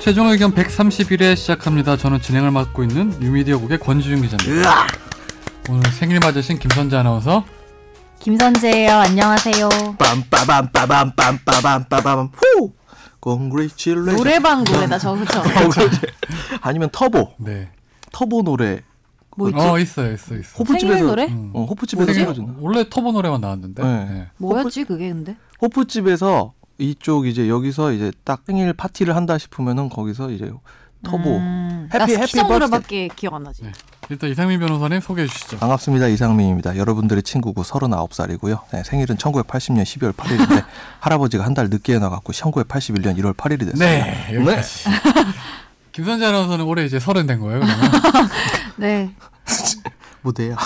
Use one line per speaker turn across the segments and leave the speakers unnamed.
최종 의견 131회 시작합니다. 저는 진행을 맡고 있는 뉴미디어국의 권지윤 기자입니다.
으악!
오늘 생일 맞으신 김선재 아나운서.
김선재예요. 안녕하세요.
빰빠밤빠밤빰빠밤빠밤 후! Congratulations.
노래방 노래다 저 그쵸?
아, 그거지. 아니면 터보
네.
터보 노래
뭐 있지?
어 있어요, 있어, 있어.
호프집에서
생일 노래?
음.
어, 호프집에서
되게
틀어준다.
원래 터보 노래만 나왔는데.
네.
네.
뭐였지 그게 근데?
호프집에서 이쪽 이제 여기서 이제 딱 생일 파티를 한다 싶으면은 거기서 이제 터보
음,
해피,
나
해피
스키장
버스데이.
노래밖에 기억 안 나지.
네. 일단 이상민 변호사님 소개해 주시죠.
아,
반갑습니다. 이상민입니다. 여러분들의 친구고 39살이고요. 네, 생일은 1980년 12월 8일인데 할아버지가 한 달 늦게 나갖고 1981년 1월 8일이 됐습니다.
네. 여기까지. 김선재 아나운서는 올해 이제 서른 된 거예요. 그러면.
네,
무대야.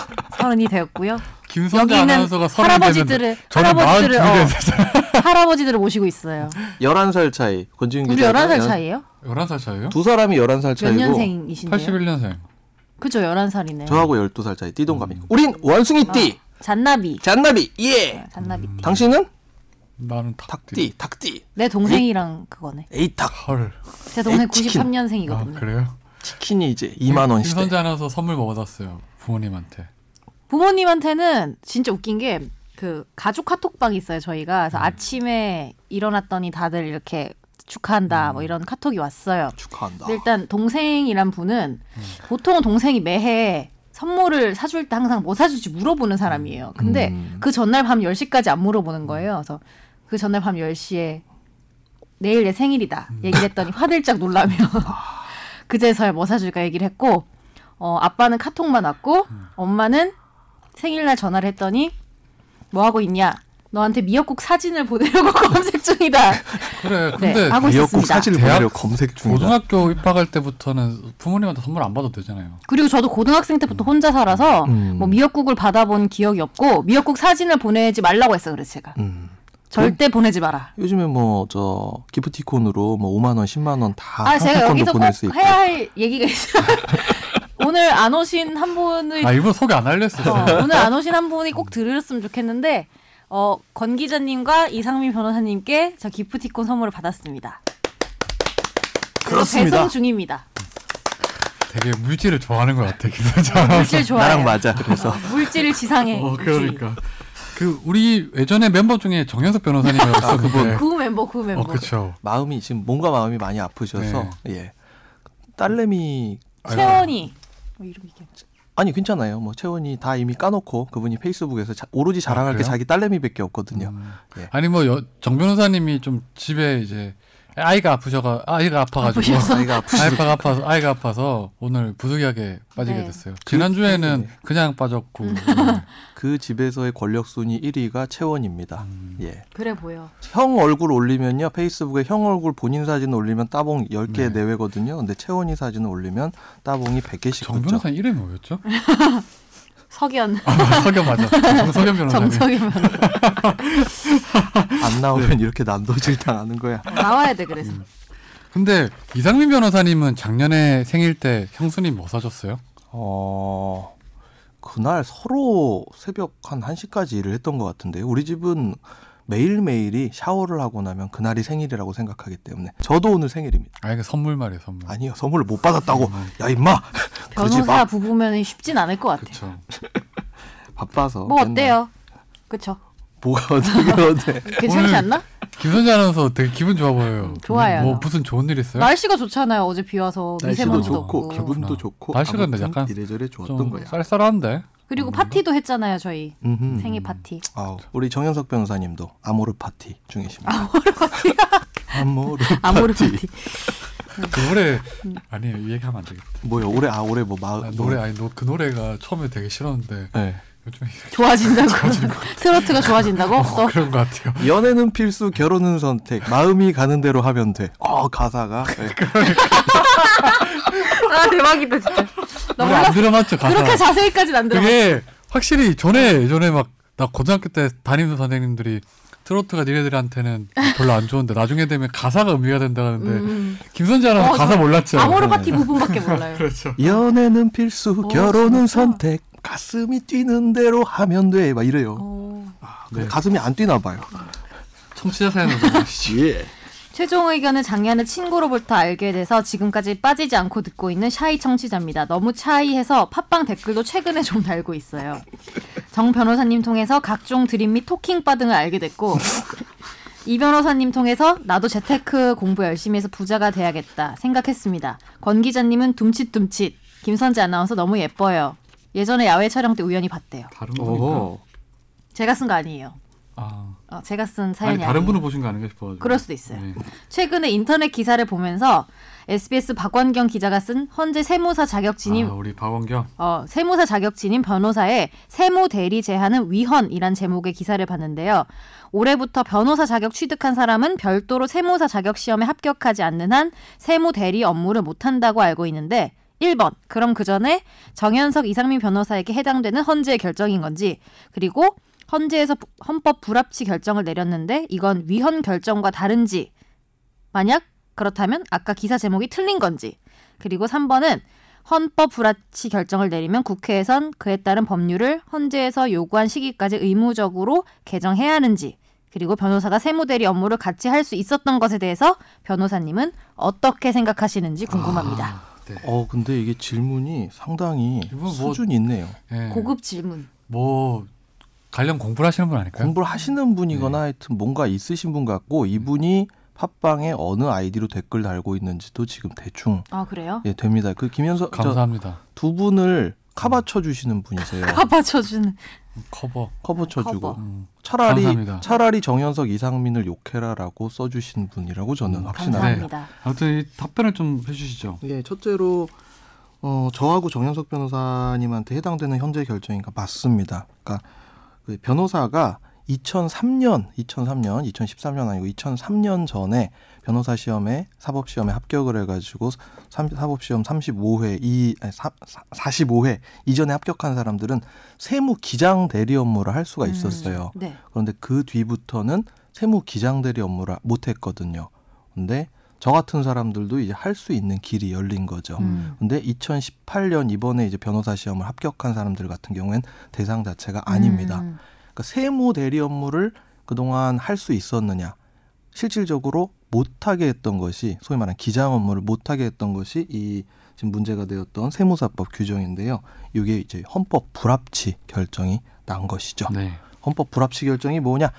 서른이 되었고요.
김선재
여기는
아나운서가 서른
할아버지들을
저는
할아버지들을 어,
42살.
할아버지들을 모시고 있어요.
11살 차이. 권지윤
우리
기자.
11살 차이예요?
11살 차이요?
두 사람이 11살
몇
네, 차이고
년생이신데요?
81년생.
그죠, 11살이네.
저하고 12살 차이 띠동갑이.
음.
우린 원숭이띠,
잔나비.
잔나비, 예.
잔나비. 띠.
당신은
나는 탁띠.
닭띠, 닭띠,
내 동생이랑 그거네.
에이닭.
헐.
제 동생
치킨.
93년생이거든요.
아, 그래요?
치킨이 이제 2만 원 시대.
김선재 아나운서 선물 뭐 받았어요? 부모님한테.
부모님한테는 진짜 웃긴 게 그 가족 카톡방이 있어요 저희가
음.
그래서 아침에 일어났더니 다들 이렇게
음.
축하한다 뭐 이런 카톡이 왔어요.
축하한다.
근데 네, 일단 동생이란 분은 보통 동생이 매해 선물을 사줄 때 항상 뭐 사줄지 물어보는 사람이에요. 근데
음.
그 전날 밤 10시까지 안 물어보는 거예요. 그래서 그 전날 밤 10시에 내일 내 생일이다 얘기를 했더니
음.
화들짝 놀라며
아.
그제서야 뭐 사줄까 얘기를 했고 어, 아빠는 카톡만 왔고
음.
엄마는 생일날 전화를 했더니 뭐 하고 있냐 너한테 미역국 사진을 보내려고 검색 중이다
그래.
네,
근데
하고
미역국
있었습니다.
사진을
대학-
보내려 검색 중이다.
고등학교 입학할 때부터는 부모님한테 선물 안 받아도 되잖아요.
그리고 저도 고등학생 때부터 혼자 살아서
음.
뭐 미역국을 받아본 기억이 없고 미역국 사진을 보내지 말라고 했어요. 그래서 제가
음.
절대 보내지 마라.
요즘에 뭐 저 기프티콘으로 뭐 5만 원, 10만 원다
아, 제가 여기서 꼭
보낼 수 있고.
해야 할 얘기가 있어요. 오늘 안 오신 한 분을
아 일부러 소개 안 하려
어,
했어요.
오늘 안 오신 한 분이 꼭 들으셨으면 좋겠는데 어, 권 기자님과 이상민 변호사님께 저 기프티콘 선물을 받았습니다. 그래서
그렇습니다.
배송 중입니다.
되게 물질을 좋아하는 것 같아 김선재.
물질 좋아해요.
나랑 맞아. 그래서
물질을 지상해.
어 그러니까 그 우리 예전에 멤버 중에 정현석 변호사님이라고 있었는데.
구 멤버 구그 멤버.
어 그렇죠.
마음이 지금 몸과 마음이 많이 아프셔서
네.
예. 딸내미
채원이 어, 이름 얘기.
아니 괜찮아요. 뭐 채원이 다 이미 까놓고 그분이 페이스북에서 자- 오로지 자랑할 게
아, 그래요?
자기 딸내미밖에 없거든요. 예.
아니 뭐 정 변호사님이 좀 집에 이제 아이가 아프셔가 아이가 아파가지고
아프셔서.
아이가 아프시죠.
아이가 아파서 아이가 아파서 오늘 부득이하게 빠지게
네.
됐어요. 지난 주에는
네.
그냥 빠졌고
그 집에서의 권력 순위 1위가 채원입니다.
음.
예.
그래 보여.
형 얼굴 올리면요. 페이스북에 형 얼굴 본인 사진 올리면 따봉 10개
네.
내외거든요. 근데 채원이 사진을 올리면 따봉이 100개씩
정
붙죠.
변호사 님 이름이 뭐였죠?
석연.
아, 석연 맞아. 정석연 변호사님.
정석이면
안 나오면 이렇게 난도질 당하는 거야.
나와야 돼 그래서
근데 이상민 변호사님은 작년에 생일 때 형수님 뭐 사줬어요?
어. 그날 서로 새벽 한 1시까지 일을 했던 것 같은데요. 우리 집은 매일매일이 샤워를 하고 나면 그날이 생일이라고 생각하기 때문에 저도 오늘 생일입니다.
아 이게 선물 말이에요 선물.
아니요. 선물을 못 받았다고. 야, 임마. 그러지
아, 네. 변호사
마.
부부면 쉽진 않을 것 같아.
그렇죠.
바빠서.
뭐
맨날
어때요? 그쵸?
뭐가 어떻게 어때?
괜찮지
오늘
않나?
김선재 아나운서 되게 기분 좋아 보여요.
음, 좋아요.
뭐 무슨 좋은 일 있어요?
날씨가 좋잖아요. 어제 비 와서 미세먼지도 없고.
그렇구나. 음. 날씨가 근데
아무튼
약간
이래저래 좋았던
좀
거야.
쌀쌀한데.
그리고 파티도 했잖아요. 저희
음흠.
생일 파티.
아우, 우리 정현석 변호사님도 아모르 파티 중이십니다. 아모르 파티.
아모르 파티.
그 노래
음.
아니 이 얘기하면 안 되겠다.
뭐요? 올해 아 올해 뭐 마,
아,
뭐-
노래 아니 노, 그 노래가 처음에 되게 싫었는데
네.
요즘에
좋아진다고. 트로트가 좋아진다고? 너
그런 것 같아요.
연애는 필수, 결혼은 선택. 마음이 가는 대로 하면 돼. 어 가사가 네.
아 대박이다 진짜. 나
노래 안
몰랐어.
들어맞죠 가사.
그렇게 자세히까지는 안 들어.
그게 확실히 전에 예전에 막 나 고등학교 때 담임 선생님들이 트로트가 니네들한테는 별로 안 좋은데 나중에 되면 가사가 의미가 된다는데
음.
김선재 아나운서
어,
가사
저-
몰랐죠.
아모르 파티 부분밖에 몰라요.
그렇죠.
연애는 필수, 결혼은
진짜?
선택. 가슴이 뛰는 대로 하면 돼. 막 이래요. 네,
어.
근데 가슴이 안 뛰나 봐요.
청취자 사연으로
예.
최종 의견을 작년에 친구로부터 알게 돼서 지금까지 빠지지 않고 듣고 있는 샤이 청취자입니다. 너무 차이해서 팟빵 댓글도 최근에 좀 달고 있어요. 정 변호사님 통해서 각종 드림 및 토킹바 등을 알게 됐고 이 변호사님 통해서 나도 재테크 공부 열심히 해서 부자가 돼야겠다 생각했습니다. 권 기자님은 둠칫둠칫 김선재 아나운서 너무 예뻐요. 예전에 야외 촬영 때 우연히 봤대요.
다른 분인가?
어.
오.
제가 쓴 거 아니에요.
아,
어, 제가 쓴
아니
사연이 아니,
다른 분을 보신 거 아닌가 싶어가지고.
그럴 수도 있어요.
네.
최근에 인터넷 기사를 보면서 SBS 박원경 기자가 쓴 헌재 세무사 자격증인
아, 우리 박원경.
어, 세무사 자격증인 변호사의 세무 대리 제한은 위헌이란 제목의 기사를 봤는데요. 올해부터 변호사 자격 취득한 사람은 별도로 세무사 자격 시험에 합격하지 않는 한 세무 대리 업무를 못 한다고 알고 있는데 1번. 그럼 그 전에 정현석 이상민 변호사에게 해당되는 헌재의 결정인 건지 그리고 헌재에서 부- 헌법 불합치 결정을 내렸는데 이건 위헌 결정과 다른지 만약 그렇다면 아까 기사 제목이 틀린 건지 그리고 3번은 헌법 불합치 결정을 내리면 국회에선 그에 따른 법률을 헌재에서 요구한 시기까지 의무적으로 개정해야 하는지 그리고 변호사가 세무대리 업무를 같이 할 수 있었던 것에 대해서 변호사님은 어떻게 생각하시는지 궁금합니다.
아,
네.
어 근데 이게 질문이 상당히
이건 뭐-
수준이 있네요.
예.
고급 질문.
뭐 관련 공부를 하시는 분 아닐까요?
공부를 하시는 분이거나 하여튼 뭔가 있으신 분 같고 이분이 팟빵에 어느 아이디로 댓글 달고 있는지도 지금 대충
아 그래요?
예 됩니다. 그 김현석
감사합니다.
저두 분을 커버 쳐주시는 분이세요.
가봐쳐주는.
커버.
커버 쳐주고
커버.
음.
차라리
감사합니다.
차라리 정현석 이상민을 욕해라라고 써주신 분이라고 저는
음,
확신합니다. 네.
감사합니다.
아무튼 이 답변을 좀 해주시죠.
예, 첫째로 어, 저하고 정현석 변호사님한테 해당되는 현재 결정인가 맞습니다. 그러니까 그 변호사가 2003년, 2003년, 2013년 아니고 2003년 전에 변호사 시험에 사법 시험에 합격을 해가지고 삼- 사법 시험 35회 이 아니, 사, 45회 이전에 합격한 사람들은 세무 기장 대리 업무를 할 수가 있었어요.
음, 네.
그런데 그 뒤부터는 세무 기장대리 업무를 못 했거든요. 근데 저 같은 사람들도 이제 할 수 있는 길이 열린 거죠.
음.
근데 2018년 이번에 이제 변호사 시험을 합격한 사람들 같은 경우엔 대상 자체가 아닙니다.
음,
그러니까 세무 대리 업무를 그동안 할 수 있었느냐? 실질적으로 못하게 했던 것이 소위 말하는 기장 업무를 못하게 했던 것이 이 지금 문제가 되었던 세무사법 규정인데요. 이게 이제 헌법 불합치 결정이 난 것이죠.
네.
헌법 불합치 결정이 뭐냐?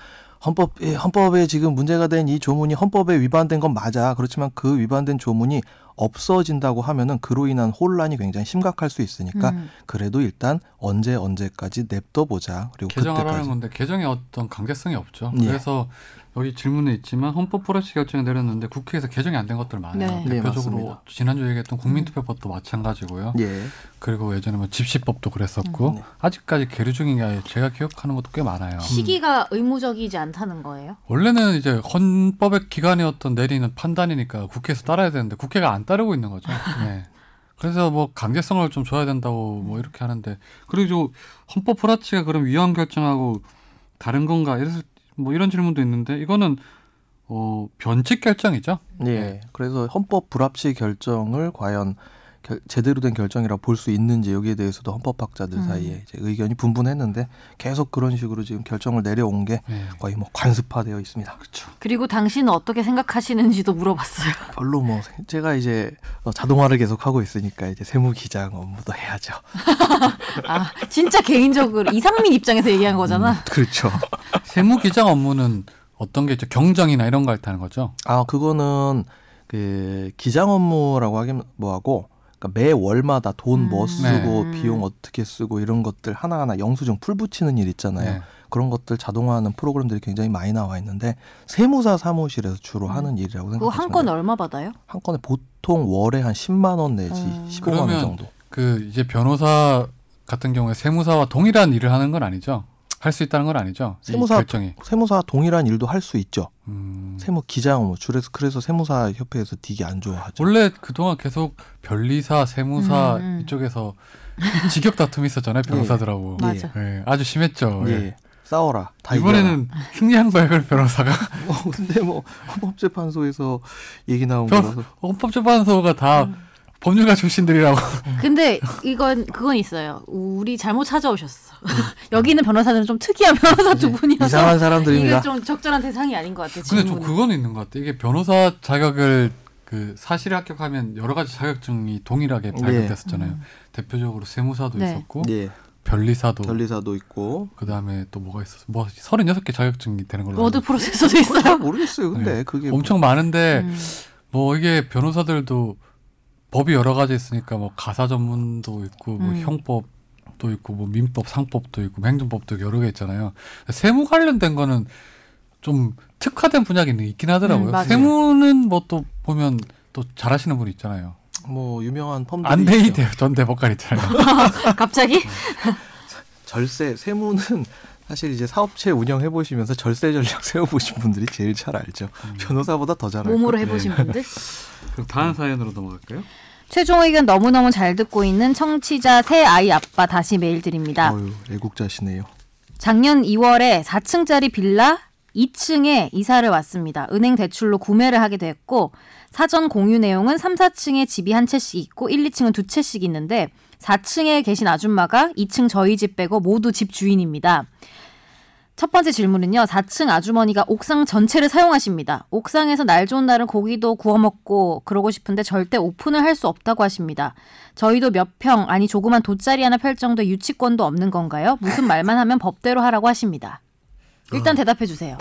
헌법 예, 헌법에 지금 문제가 된 이 조문이 헌법에 위반된 건 맞아. 그렇지만 그 위반된 조문이 없어진다고 하면은 그로 인한 혼란이 굉장히 심각할 수 있으니까
음.
그래도 일단 언제 언제까지 냅둬 보자. 그리고
개정하라는
그때까지.
건데 개정에 어떤 강제성이 없죠.
예.
그래서 여기 질문에 있지만 헌법 포괄시 결정이 내렸는데 국회에서 개정이 안 된 것들 많아요.
네.
네,
대표적으로
맞습니다.
지난주에 얘기했던 국민투표법도 마찬가지고요.
예.
그리고 예전에 뭐 집시법도 그랬었고
음, 네.
아직까지 계류 중인 게 제가 기억하는 것도 꽤 많아요.
시기가 의무적이지 않다는 거예요?
원래는 이제 헌법의 기관이었던 내리는 판단이니까 국회에서 따라야 되는데 국회가 안 따르고 있는 거죠. 네. 그래서 뭐 강제성을 좀 줘야 된다고 뭐 이렇게 하는데 그리고 저 헌법 불합치가 그럼 위헌 결정하고 다른 건가 이래서 뭐 이런 질문도 있는데 이거는 어 변칙 결정이죠. 네.
예. 그래서 헌법 불합치 결정을 과연 결- 제대로 된 결정이라 볼 수 있는지 여기에 대해서도 헌법학자들
음.
사이에 이제 의견이 분분했는데 계속 그런 식으로 지금 결정을 내려온 게
네.
거의 뭐 관습화되어 있습니다.
그렇죠.
그리고 당신은 어떻게 생각하시는지도 물어봤어요.
별로 뭐 세- 제가 이제 어, 자동화를 계속 하고 있으니까 이제 세무 기장 업무도 해야죠.
아 진짜 개인적으로 이상민 입장에서 얘기한 거잖아.
음, 그렇죠.
세무 기장 업무는 어떤 게 있죠? 경정이나 이런 거 할 때 하는 거죠.
아 그거는 그 기장 업무라고 하긴 뭐하고 그러니까 매 월마다 돈 뭐
음.
쓰고
네.
비용 어떻게 쓰고 이런 것들 하나하나 영수증 풀 붙이는 일 있잖아요.
네.
그런 것들 자동화하는 프로그램들이 굉장히 많이 나와 있는데 세무사 사무실에서 주로 하는 일이라고
음. 그거
생각하시면
한 건
돼요.
얼마 받아요?
한 건에 보통 월에 한 10만 원 내지
음.
15만 원
그러면
정도.
그 이제 변호사 같은 경우에 세무사와 동일한 일을 하는 건 아니죠. 할 수 있다는 건 아니죠. 이
세무사-
결정이.
세무사 동일한 일도 할 수 있죠.
음.
세무 기장 업무 줄에서 그래서 세무사 협회에서 되게 안 좋아하죠.
원래 그동안 계속 변리사, 세무사
음, 음.
이쪽에서 직격 다툼이 있었잖아요 변호사들하고.
예. 맞아.
예, 아주 심했죠.
예.
예.
싸워라. 다 이겨라.
이번에는 승리한 거예요 그 변호사가.
어, 근데 뭐 헌법재판소에서 얘기 나온
변-
거라서
헌법재판소가 어, 다 법률가 출신들이라고.
음.
근데 이건 그건 있어요. 우리 잘못 찾아오셨어. 여기 있는 변호사들은 좀 특이한 변호사 두 분이어서
음. 네. 이상한 사람들입니다.
이게 좀 적절한 대상이 아닌 것 같아요.
근데 좀
질문은.
그건 있는 것 같아. 이게 변호사 자격을 그 사실 합격하면 여러 가지 자격증이 동일하게 발급됐었잖아요. 대표적으로 세무사도
네.
있었고
예.
변리사도
변리사도 있고.
그다음에 또 뭐가 있었어? 뭐 36개 자격증이 되는 걸로
워드
알고
프로세서도
그건 잘
있어요.
모르겠어요. 근데 그게
있어요.
뭐-
엄청 많은데
음.
뭐 이게 변호사들도 법이 여러 가지 있으니까 뭐 가사 전문도 있고 뭐
음.
형법도 있고 뭐 민법, 상법도 있고 뭐 행정법도 여러 개 있잖아요. 세무 관련된 거는 좀 특화된 분야는 있긴 하더라고요.
음, 맞아요.
세무는 뭐 또 보면 또 잘하시는 분 있잖아요.
뭐 유명한 펌들이
안대희
있죠.
대- 전 대법관 있잖아요.
갑자기
아, 절세 세무는 사실 이제 사업체 운영해 보시면서 절세 전략 세워 보신 분들이 제일 잘 알죠. 변호사보다 더 잘 알고.
몸으로 해보신 분들.
그럼 다음 사연으로 넘어갈까요?
최종 의견 너무너무 잘 듣고 있는 청취자 새 아이 아빠 다시 메일 드립니다.
어유 애국자시네요.
작년 2월에 4층짜리 빌라 2층에 이사를 왔습니다. 은행 대출로 구매를 하게 됐고 사전 공유 내용은 3, 4층에 집이 한 채씩 있고 1, 2층은 두 채씩 있는데 4층에 계신 아줌마가 2층 저희 집 빼고 모두 집 주인입니다. 첫 번째 질문은요. 4층 아주머니가 옥상 전체를 사용하십니다. 옥상에서 날 좋은 날은 고기도 구워 먹고 그러고 싶은데 절대 오픈을 할 수 없다고 하십니다. 저희도 몇 평 아니 조그만 돗자리 하나 펼 정도의 유치권도 없는 건가요? 무슨 말만 하면 법대로 하라고 하십니다. 일단
어.
대답해 주세요.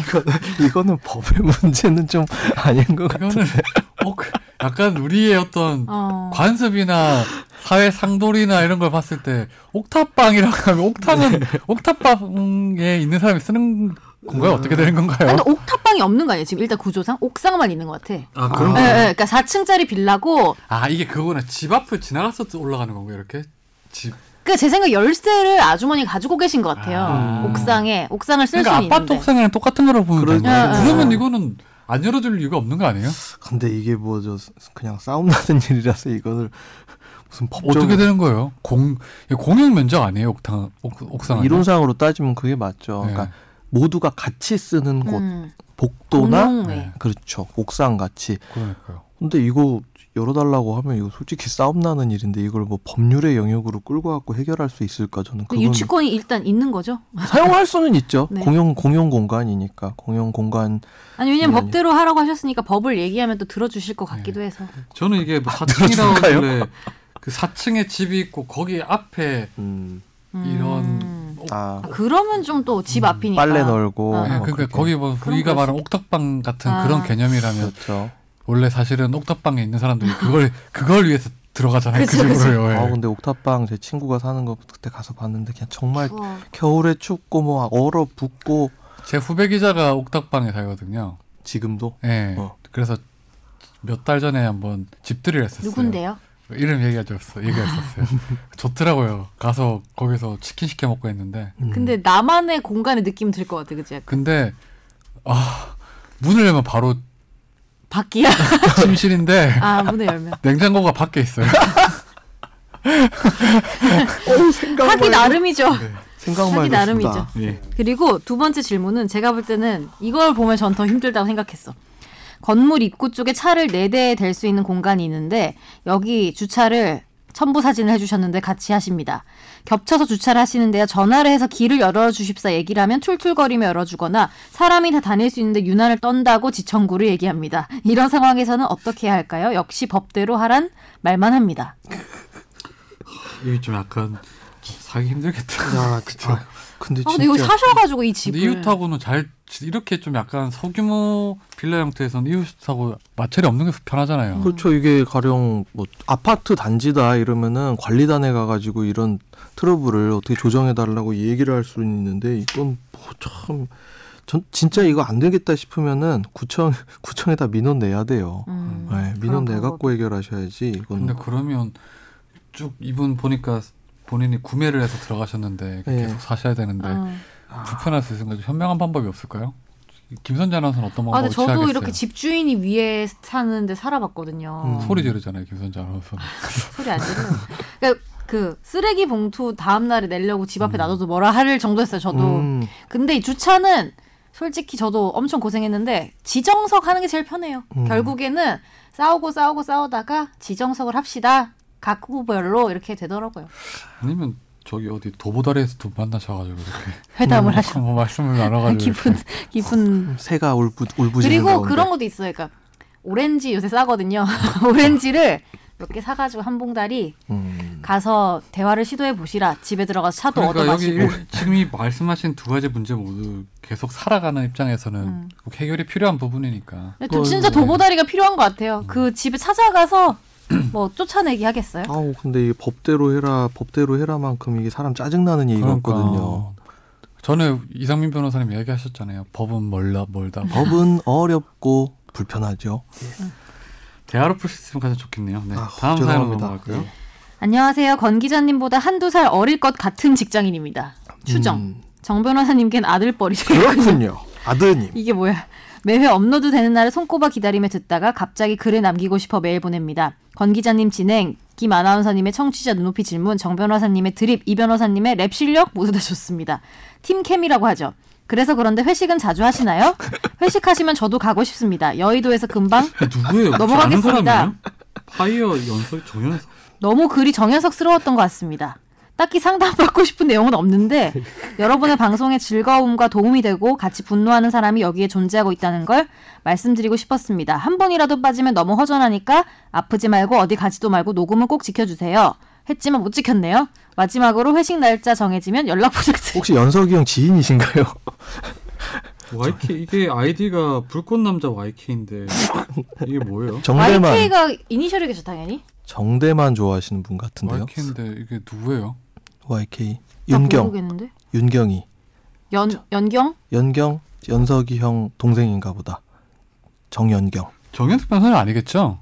이거는 이거는 법의 문제는 좀 아닌 것 같아요.
이거는 어, 그- 약간 우리의 어떤 관습이나 사회 상돌이나 이런 걸 봤을 때 옥탑방이라고 하면 옥탑은
네.
옥탑방에 있는 사람이 쓰는
음.
건가요? 어떻게 되는 건가요?
아니 옥탑방이 없는 거 아니에요? 지금 일단 구조상 옥상만 있는 것 같아.
어.
아 그런
예, 예, 그러니까 4층짜리 빌라고
아 이게 그거나 집 앞을 지나가서 올라가는 건가요? 이렇게 집
그러니까 제 생각에 열쇠를 아주머니 가지고 계신 것 같아요.
아.
옥상에 옥상을 쓸
그러니까
수는
아파트
있는데.
옥상이랑 똑같은 거로 보면
그러니까.
되나요?
예, 예.
그러면 이거는 안 열어줄 이유가 없는 거 아니에요?
근데 이게 뭐 저 그냥 싸움 나는 일이라서 이거를 무슨 법적
어떻게 되는 거예요? 공 이거 공용 면적 아니에요? 옥상 옥, 상
이론상으로 따지면 그게 맞죠.
네.
그러니까 모두가 같이 쓰는 곳
음,
복도나
공용외.
네.
그렇죠 옥상 같이.
그러니까요.
근데 이거 열어달라고 하면 이거 솔직히 싸움 나는 일인데 이걸 뭐 법률의 영역으로 끌고 갖고 해결할 수 있을까 저는
그
그건
유치권이 일단 있는 거죠.
사용할 수는 있죠.
네.
공용 공용 공간이니까 공용 공간
아니 왜냐면
네, 아니.
법대로 하라고 하셨으니까 법을 얘기하면 또 들어주실 것 같기도 해서.
저는 이게 뭐
들어줄까요?
4층이라고 하길래 그 4층에 집이 있고 거기 앞에
음,
음.
이런
아
아, 그러면 좀 또 집 앞이니까.
빨래 널고
아,
네,
뭐
그러니까
그렇게.
거기 뭐
그런
우리가
걸
말하는 옥탑방 같은
아.
그런 개념이라면
그렇죠.
원래 사실은 옥탑방에 있는 사람들이 그걸 그걸 위해서 들어가잖아요. 그
그죠, 그죠.
집으로요. 예.
아 근데 옥탑방 제 친구가 사는 거 그때 가서 봤는데 그냥 정말
추워.
겨울에 춥고 뭐 얼어붙고
제 후배 기자가 옥탑방에 살거든요.
지금도
예.
어.
그래서 몇 달 전에 한번 집들이를 했었어요.
누군데요?
이름 얘기해줬어. 얘기했었어요. 좋더라고요. 가서 거기서 치킨 시켜 먹고 했는데
음.
근데 나만의 공간의 느낌 들 것 같아, 그치?
근데 아 문을 열면 바로
밖이야.
침실인데
아 문을 열면.
냉장고가 밖에 있어요.
하기 나름이죠.
네. 생각만
하기
해도
나름이죠.
쓰다.
예.
그리고 두 번째 질문은 제가 볼 때는 이걸 보면 전 더 힘들다고 생각했어. 건물 입구 쪽에 차를 네 대 댈 수 있는 공간이 있는데 여기 주차를 첨부 사진을 해주셨는데 같이 하십니다. 겹쳐서 주차를 하시는데요. 전화를 해서 길을 열어주십사 얘기를 하면 툴툴거리며 열어주거나 사람이 다 다닐 수 있는데 유난을 떤다고 지청구를 얘기합니다. 이런 상황에서는 어떻게 해야 할까요? 역시 법대로 하란 말만 합니다.
그
이게 좀 약간 살기 힘들겠다.
야, 그쵸. 아, 근데 진짜
아, 근데 이거 사셔가지고 이
근데
집을
이웃하고는 잘 이렇게 좀 약간 소규모 빌라 형태에서는 이웃하고 마찰이 없는 게 편하잖아요.
그렇죠. 이게 가령 뭐 아파트 단지다 이러면은 관리단에 가가지고 이런 트러블을 어떻게 조정해 달라고 얘기를 할 수는 있는데 이건 뭐참전 진짜 이거 안 되겠다 싶으면은 구청 구청에다 민원 내야 돼요.
음.
네, 민원
그런
내
방법.
갖고 해결하셔야지 이건.
근데 그러면 쭉 이분 보니까 본인이 구매를 해서 들어가셨는데
예.
계속 사셔야 되는데
어.
불편할 수 있으니까 좀 현명한 방법이 없을까요? 김선재 아나운서는 어떤
아,
방법을
근데 저도
뭐, 취하겠어요?
이렇게 집주인이 위에 사는데 살아봤거든요. 뭐
음.
소리 지르잖아요, 김선재 아나운서는.
소리 안 들려. 그러니까 그 쓰레기 봉투 다음 날에 내려고 집 앞에 놔둬도 뭐라 할 정도였어요. 저도.
음,
근데 이 주차는 솔직히 저도 엄청 고생했는데 지정석 하는 게 제일 편해요.
음.
결국에는 싸우고 싸우고 싸우다가 지정석을 합시다. 각 후보별로 이렇게 되더라고요.
아니면 저기 어디 도보다리에서 두 만나셔가지고 이렇게
회담을 하셔.
뭐 말씀을 나눠가지고
깊은
이렇게.
깊은
새가 울부 울부짖는
그리고
가운데.
그런 것도 있어요. 그러니까 오렌지 요새 싸거든요. 오렌지를 몇 개 사가지고 한 봉다리
음.
가서 대화를 시도해 보시라. 집에 들어가서 차도 얻어
그러니까 여기
마시고.
일- 지금 이 말씀하신 두 가지 문제 모두 계속 살아가는 입장에서는
음.
꼭 해결이 필요한 부분이니까
근데 도- 진짜
네.
도보다리가 필요한 것 같아요.
음.
그 집에 찾아가서 뭐 쫓아내기 하겠어요?
아우 근데 이게 법대로 해라 법대로 해라만큼 이게 사람 짜증 나는 얘기
그러니까.
같거든요.
전에 이상민 변호사님 얘기하셨잖아요. 법은 멀다
음.
멀다.
법은 어렵고 불편하죠.
대화로 풀 시스템 가장 좋겠네요. 네.
아,
다음 사연으로
죄송합니다.
넘어갈까요?
예.
안녕하세요. 권 기자님보다 한두 살 어릴 것 같은 직장인입니다. 추정.
음,
정 변호사님께는 아들뻘이세요.
그렇군요. 아드님.
이게 뭐야? 매회 업로드 되는 날을 손꼽아 기다리며 듣다가 갑자기 글을 남기고 싶어 메일 보냅니다. 권 기자님 진행, 김 아나운서님의 청취자 눈높이 질문, 정 변호사님의 드립, 이 변호사님의 랩 실력 모두 다 좋습니다. 팀캠이라고 하죠. 그래서 그런데 회식은 자주 하시나요? 회식하시면 저도 가고 싶습니다. 여의도에서 금방
그 누구예요?
넘어가겠습니다.
아는 사람이에요? 파이어 연설 정연석.
너무 글이 정현석스러웠던 것 같습니다. 딱히 상담받고 싶은 내용은 없는데 여러분의 방송의 즐거움과 도움이 되고 같이 분노하는 사람이 여기에 존재하고 있다는 걸 말씀드리고 싶었습니다. 한 번이라도 빠지면 너무 허전하니까 아프지 말고 어디 가지도 말고 녹음은 꼭 지켜주세요. 했지만 못 지켰네요. 마지막으로 회식 날짜 정해지면 연락 부탁드립니다.
혹시 연석이 형 지인이신가요?
YK 이게 아이디가 불꽃 남자 YK인데 이게 뭐예요?
정대만
YK가 이니셜이겠죠 당연히?
정대만 좋아하시는 분 같은데요.
YK인데 이게 누구예요?
YK
나
윤경
모르겠는데.
윤경이
연, 연경?
연경 연석이 형 동생인가 보다. 정연경
정연석 변호사는 아니겠죠?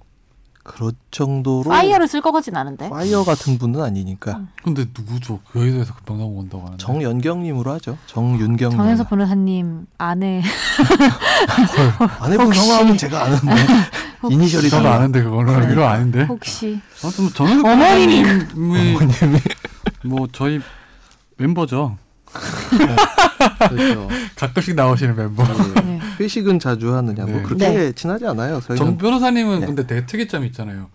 그럴 정도로
뭐? 파이어를 쓸 것 같진 않은데.
파이어 같은 분은 아니니까
근데 누구죠? 그 여의도에서 금방 넘어온다고 하는데.
정연경님으로 하죠. 정윤경
정현석 변호사님 아내
아내분
혹시-
성함은 제가 아는데 이니셜이
저도
달라.
아는데 그거는
그러니까.
이거 아닌데.
혹시
아무튼 뭐 정연석
어머님!
변호사님이
어머님이
뭐 저희 멤버죠.
그렇죠.
가끔씩 나오시는 멤버.
네.
회식은 자주 하느냐고
네.
그렇게
네.
친하지 않아요. 저희는
정 변호사님은
네.
근데 되게 특이점이 있잖아요.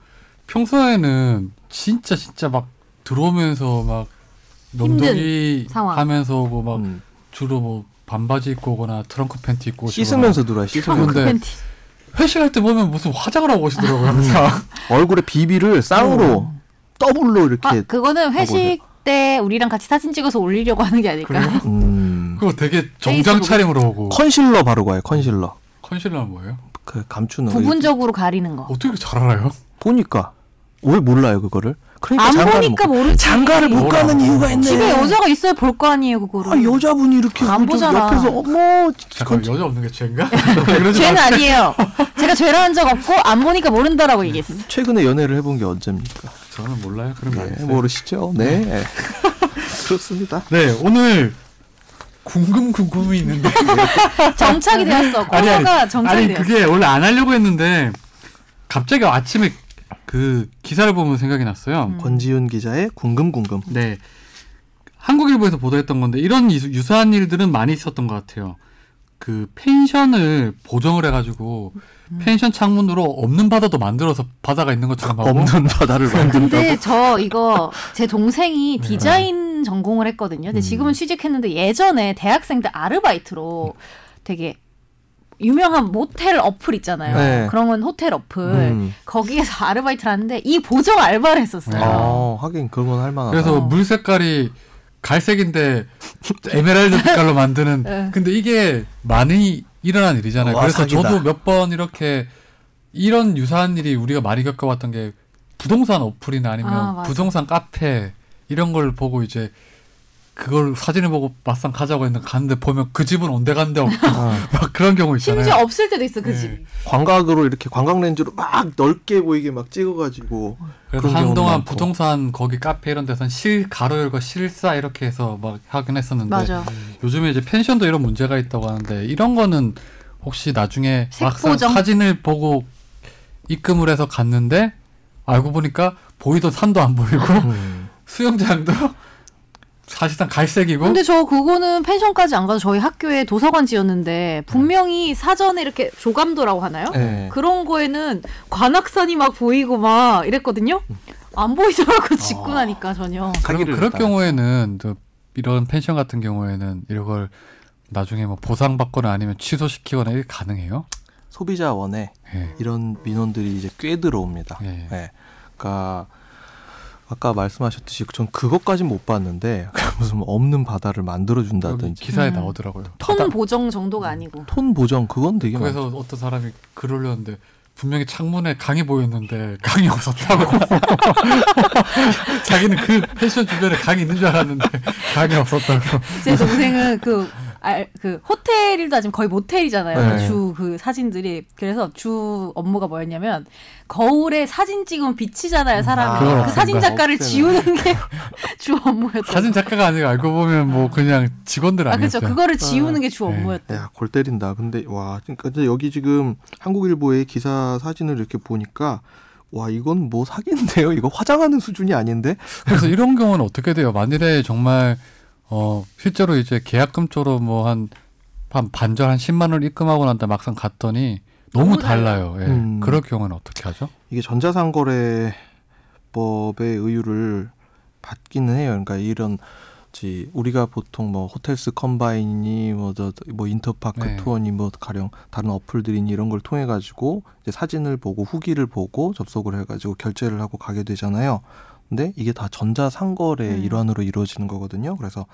평소에는 진짜 진짜 막 들어오면서 막 명동이
상황.
하면서 오고 막
음,
주로 뭐 반바지 입고 오거나 트렁크 팬티 입고 오시거나
씻으면서 들어와 씻으면서
근데
네, 팬티.
회식할 때 보면 무슨 화장을 하고 오시더라고요
음.
항상
얼굴에 비비를 쌍으로 더블로 이렇게
아, 그거는 회식 때 우리랑 같이 사진 찍어서 올리려고 하는 게 아닐까?
그래요?
음,
그거 되게 정장
페이스북.
차림으로 오고
컨실러 바르고 와요. 컨실러
컨실러는 뭐예요?
그 감추는 의-
부분적으로 가리는 거.
어떻게 잘 알아요?
보니까 왜 몰라요 그거를? 그러니까
안
장가를
보니까
못,
모르지.
장가를 못
몰라.
가는 이유가 있네.
집에 여자가 있어야 볼 거 아니에요, 그거를.
아, 여자분이 이렇게
안
그
보잖아.
옆에서 어머 그
잠깐
건-
여자 없는 게 죄인가? 그러지
죄는
마.
아니에요. 제가 죄라는 적 없고 안 보니까 모른다라고 얘기했어.
최근에 연애를 해본 게 언제입니까?
저는 몰라요 그런 거
네,
아니에요.
모르시죠? 네. 그렇습니다.
뭐- 네 오늘 궁금 궁금이 있는데
정착이 되었어.
아니, 아니.
코너가 정착이
아니
되었어.
그게 원래 안 하려고 했는데 갑자기 아침에 그 기사를 보면 생각이 났어요.
음.
권지윤 기자의 궁금 궁금.
네. 한국일보에서 보도했던 건데 이런 유- 유사한 일들은 많이 있었던 것 같아요. 그 펜션을 보정을 해가지고
음.
펜션 창문으로 없는 바다도 만들어서 바다가 있는 것처럼 하고
없는 바다를 만든다고. 네.
근데 저 이거 제 동생이 디자인 전공을 했거든요.
음.
근데 지금은 취직했는데 예전에 대학생 때 아르바이트로 되게 유명한 모텔 어플 있잖아요.
네.
그런 건 호텔 어플.
음.
거기에서 아르바이트를 하는데 이 보정 알바를 했었어요.
아, 하긴 그런 건 할 만하다.
그래서
어.
물 색깔이 갈색인데 에메랄드 빛깔로 만드는
네.
근데 이게 많이 일어난 일이잖아요.
와,
그래서
사기다.
저도 몇 번 이렇게 이런 유사한 일이 우리가 많이 겪어왔던 게 부동산 어플이나 아니면
아, 맞아.
부동산 카페 이런 걸 보고 이제 그걸 사진을 보고 막상 가자고 했는데 갔는데 보면 그 집은 온데간데 없고
아,
막 그런 경우 있잖아요.
심지어 없을 때도 있어 그
네.
집.
광각으로 이렇게 광각 렌즈로 막 넓게 보이게 막 찍어가지고
그래서
그런 경우도
한동안
많고.
부동산 거기 카페 이런 데선 실 가로열과 실사 이렇게 해서 막 하긴 했었는데
맞아.
요즘에 이제 펜션도 이런 문제가 있다고 하는데 이런 거는 혹시 나중에 막상
색보정?
사진을 보고 입금을 해서 갔는데
음.
알고 보니까 보이던 산도 안 보이고 수영장도 사실상 갈색이고
근데 저 그거는 펜션까지 안 가서 저희 학교에 도서관지였는데 분명히 사전에 이렇게 조감도라고 하나요?
네.
그런 거에는 관악산이 막 보이고 막 이랬거든요.
음.
안
아.
보이더라고 짓고 나니까 전혀.
그러면
사기를
그럴
했다.
경우에는 저 이런 펜션 같은 경우에는 이걸 나중에 뭐 보상받거나 아니면 취소시키거나 이게 가능해요?
소비자원에
예.
이런 민원들이 이제 꽤 들어옵니다.
예.
예. 그러니까 아까 말씀하셨듯이 전 그것까진 못 봤는데 무슨 없는 바다를 만들어
여기
준다든지
기사에
음.
나오더라고요.
톤
바다-
보정 정도가 아니고.
톤 보정 그건 되게 많죠.
거기서 어떤 사람이 글 올렸는데 분명히 창문에 강이 보였는데 강이 없었다고. 자기는 그 펜션 주변에 강이 있는 줄 알았는데 강이 없었다고.
제 동생은 그, 알, 그 호텔일도 아니면 거의 모텔이잖아요.
네.
주 그 사진들이. 그래서 주 업무가 뭐였냐면 거울에 사진 찍으면 비치잖아요,
아,
음.
사람이.
그건
그
없앤다.
사진 작가를
없애는.
지우는 게 주 업무였다.
사진 작가가 아니고 알고 보면 뭐 그냥 직원들
아, 그렇죠.
아니었어요.
그거를 지우는 게 주
네.
업무였다.
야, 골 때린다. 근데 와, 그러니까 이제 여기 지금 한국일보의 기사 사진을 이렇게 보니까 와, 이건 뭐 사기인데요. 이거 화장하는 수준이 아닌데.
그래서 이런 경우는 어떻게 돼요? 만일에 정말 어 실제로 이제 계약금 쪽으로 뭐한 한 반절 한 10만 원을 입금하고 난다 막상 갔더니 너무,
너무 달라요.
달라요. 예.
음.
그럴 경우는 어떻게 하죠?
이게 전자상거래법의 의유를 받기는 해요. 그러니까 이런 지 우리가 보통 뭐 호텔스 컴바인이 뭐저뭐 인터파크
네.
투어니 뭐 가령 다른 어플들이니 이런 걸 통해 가지고 이제 사진을 보고 후기를 보고 접속을 해 가지고 결제를 하고 가게 되잖아요. 근데 이게 다 전자상거래의
음.
일환으로 이루어지는 거거든요. 그래서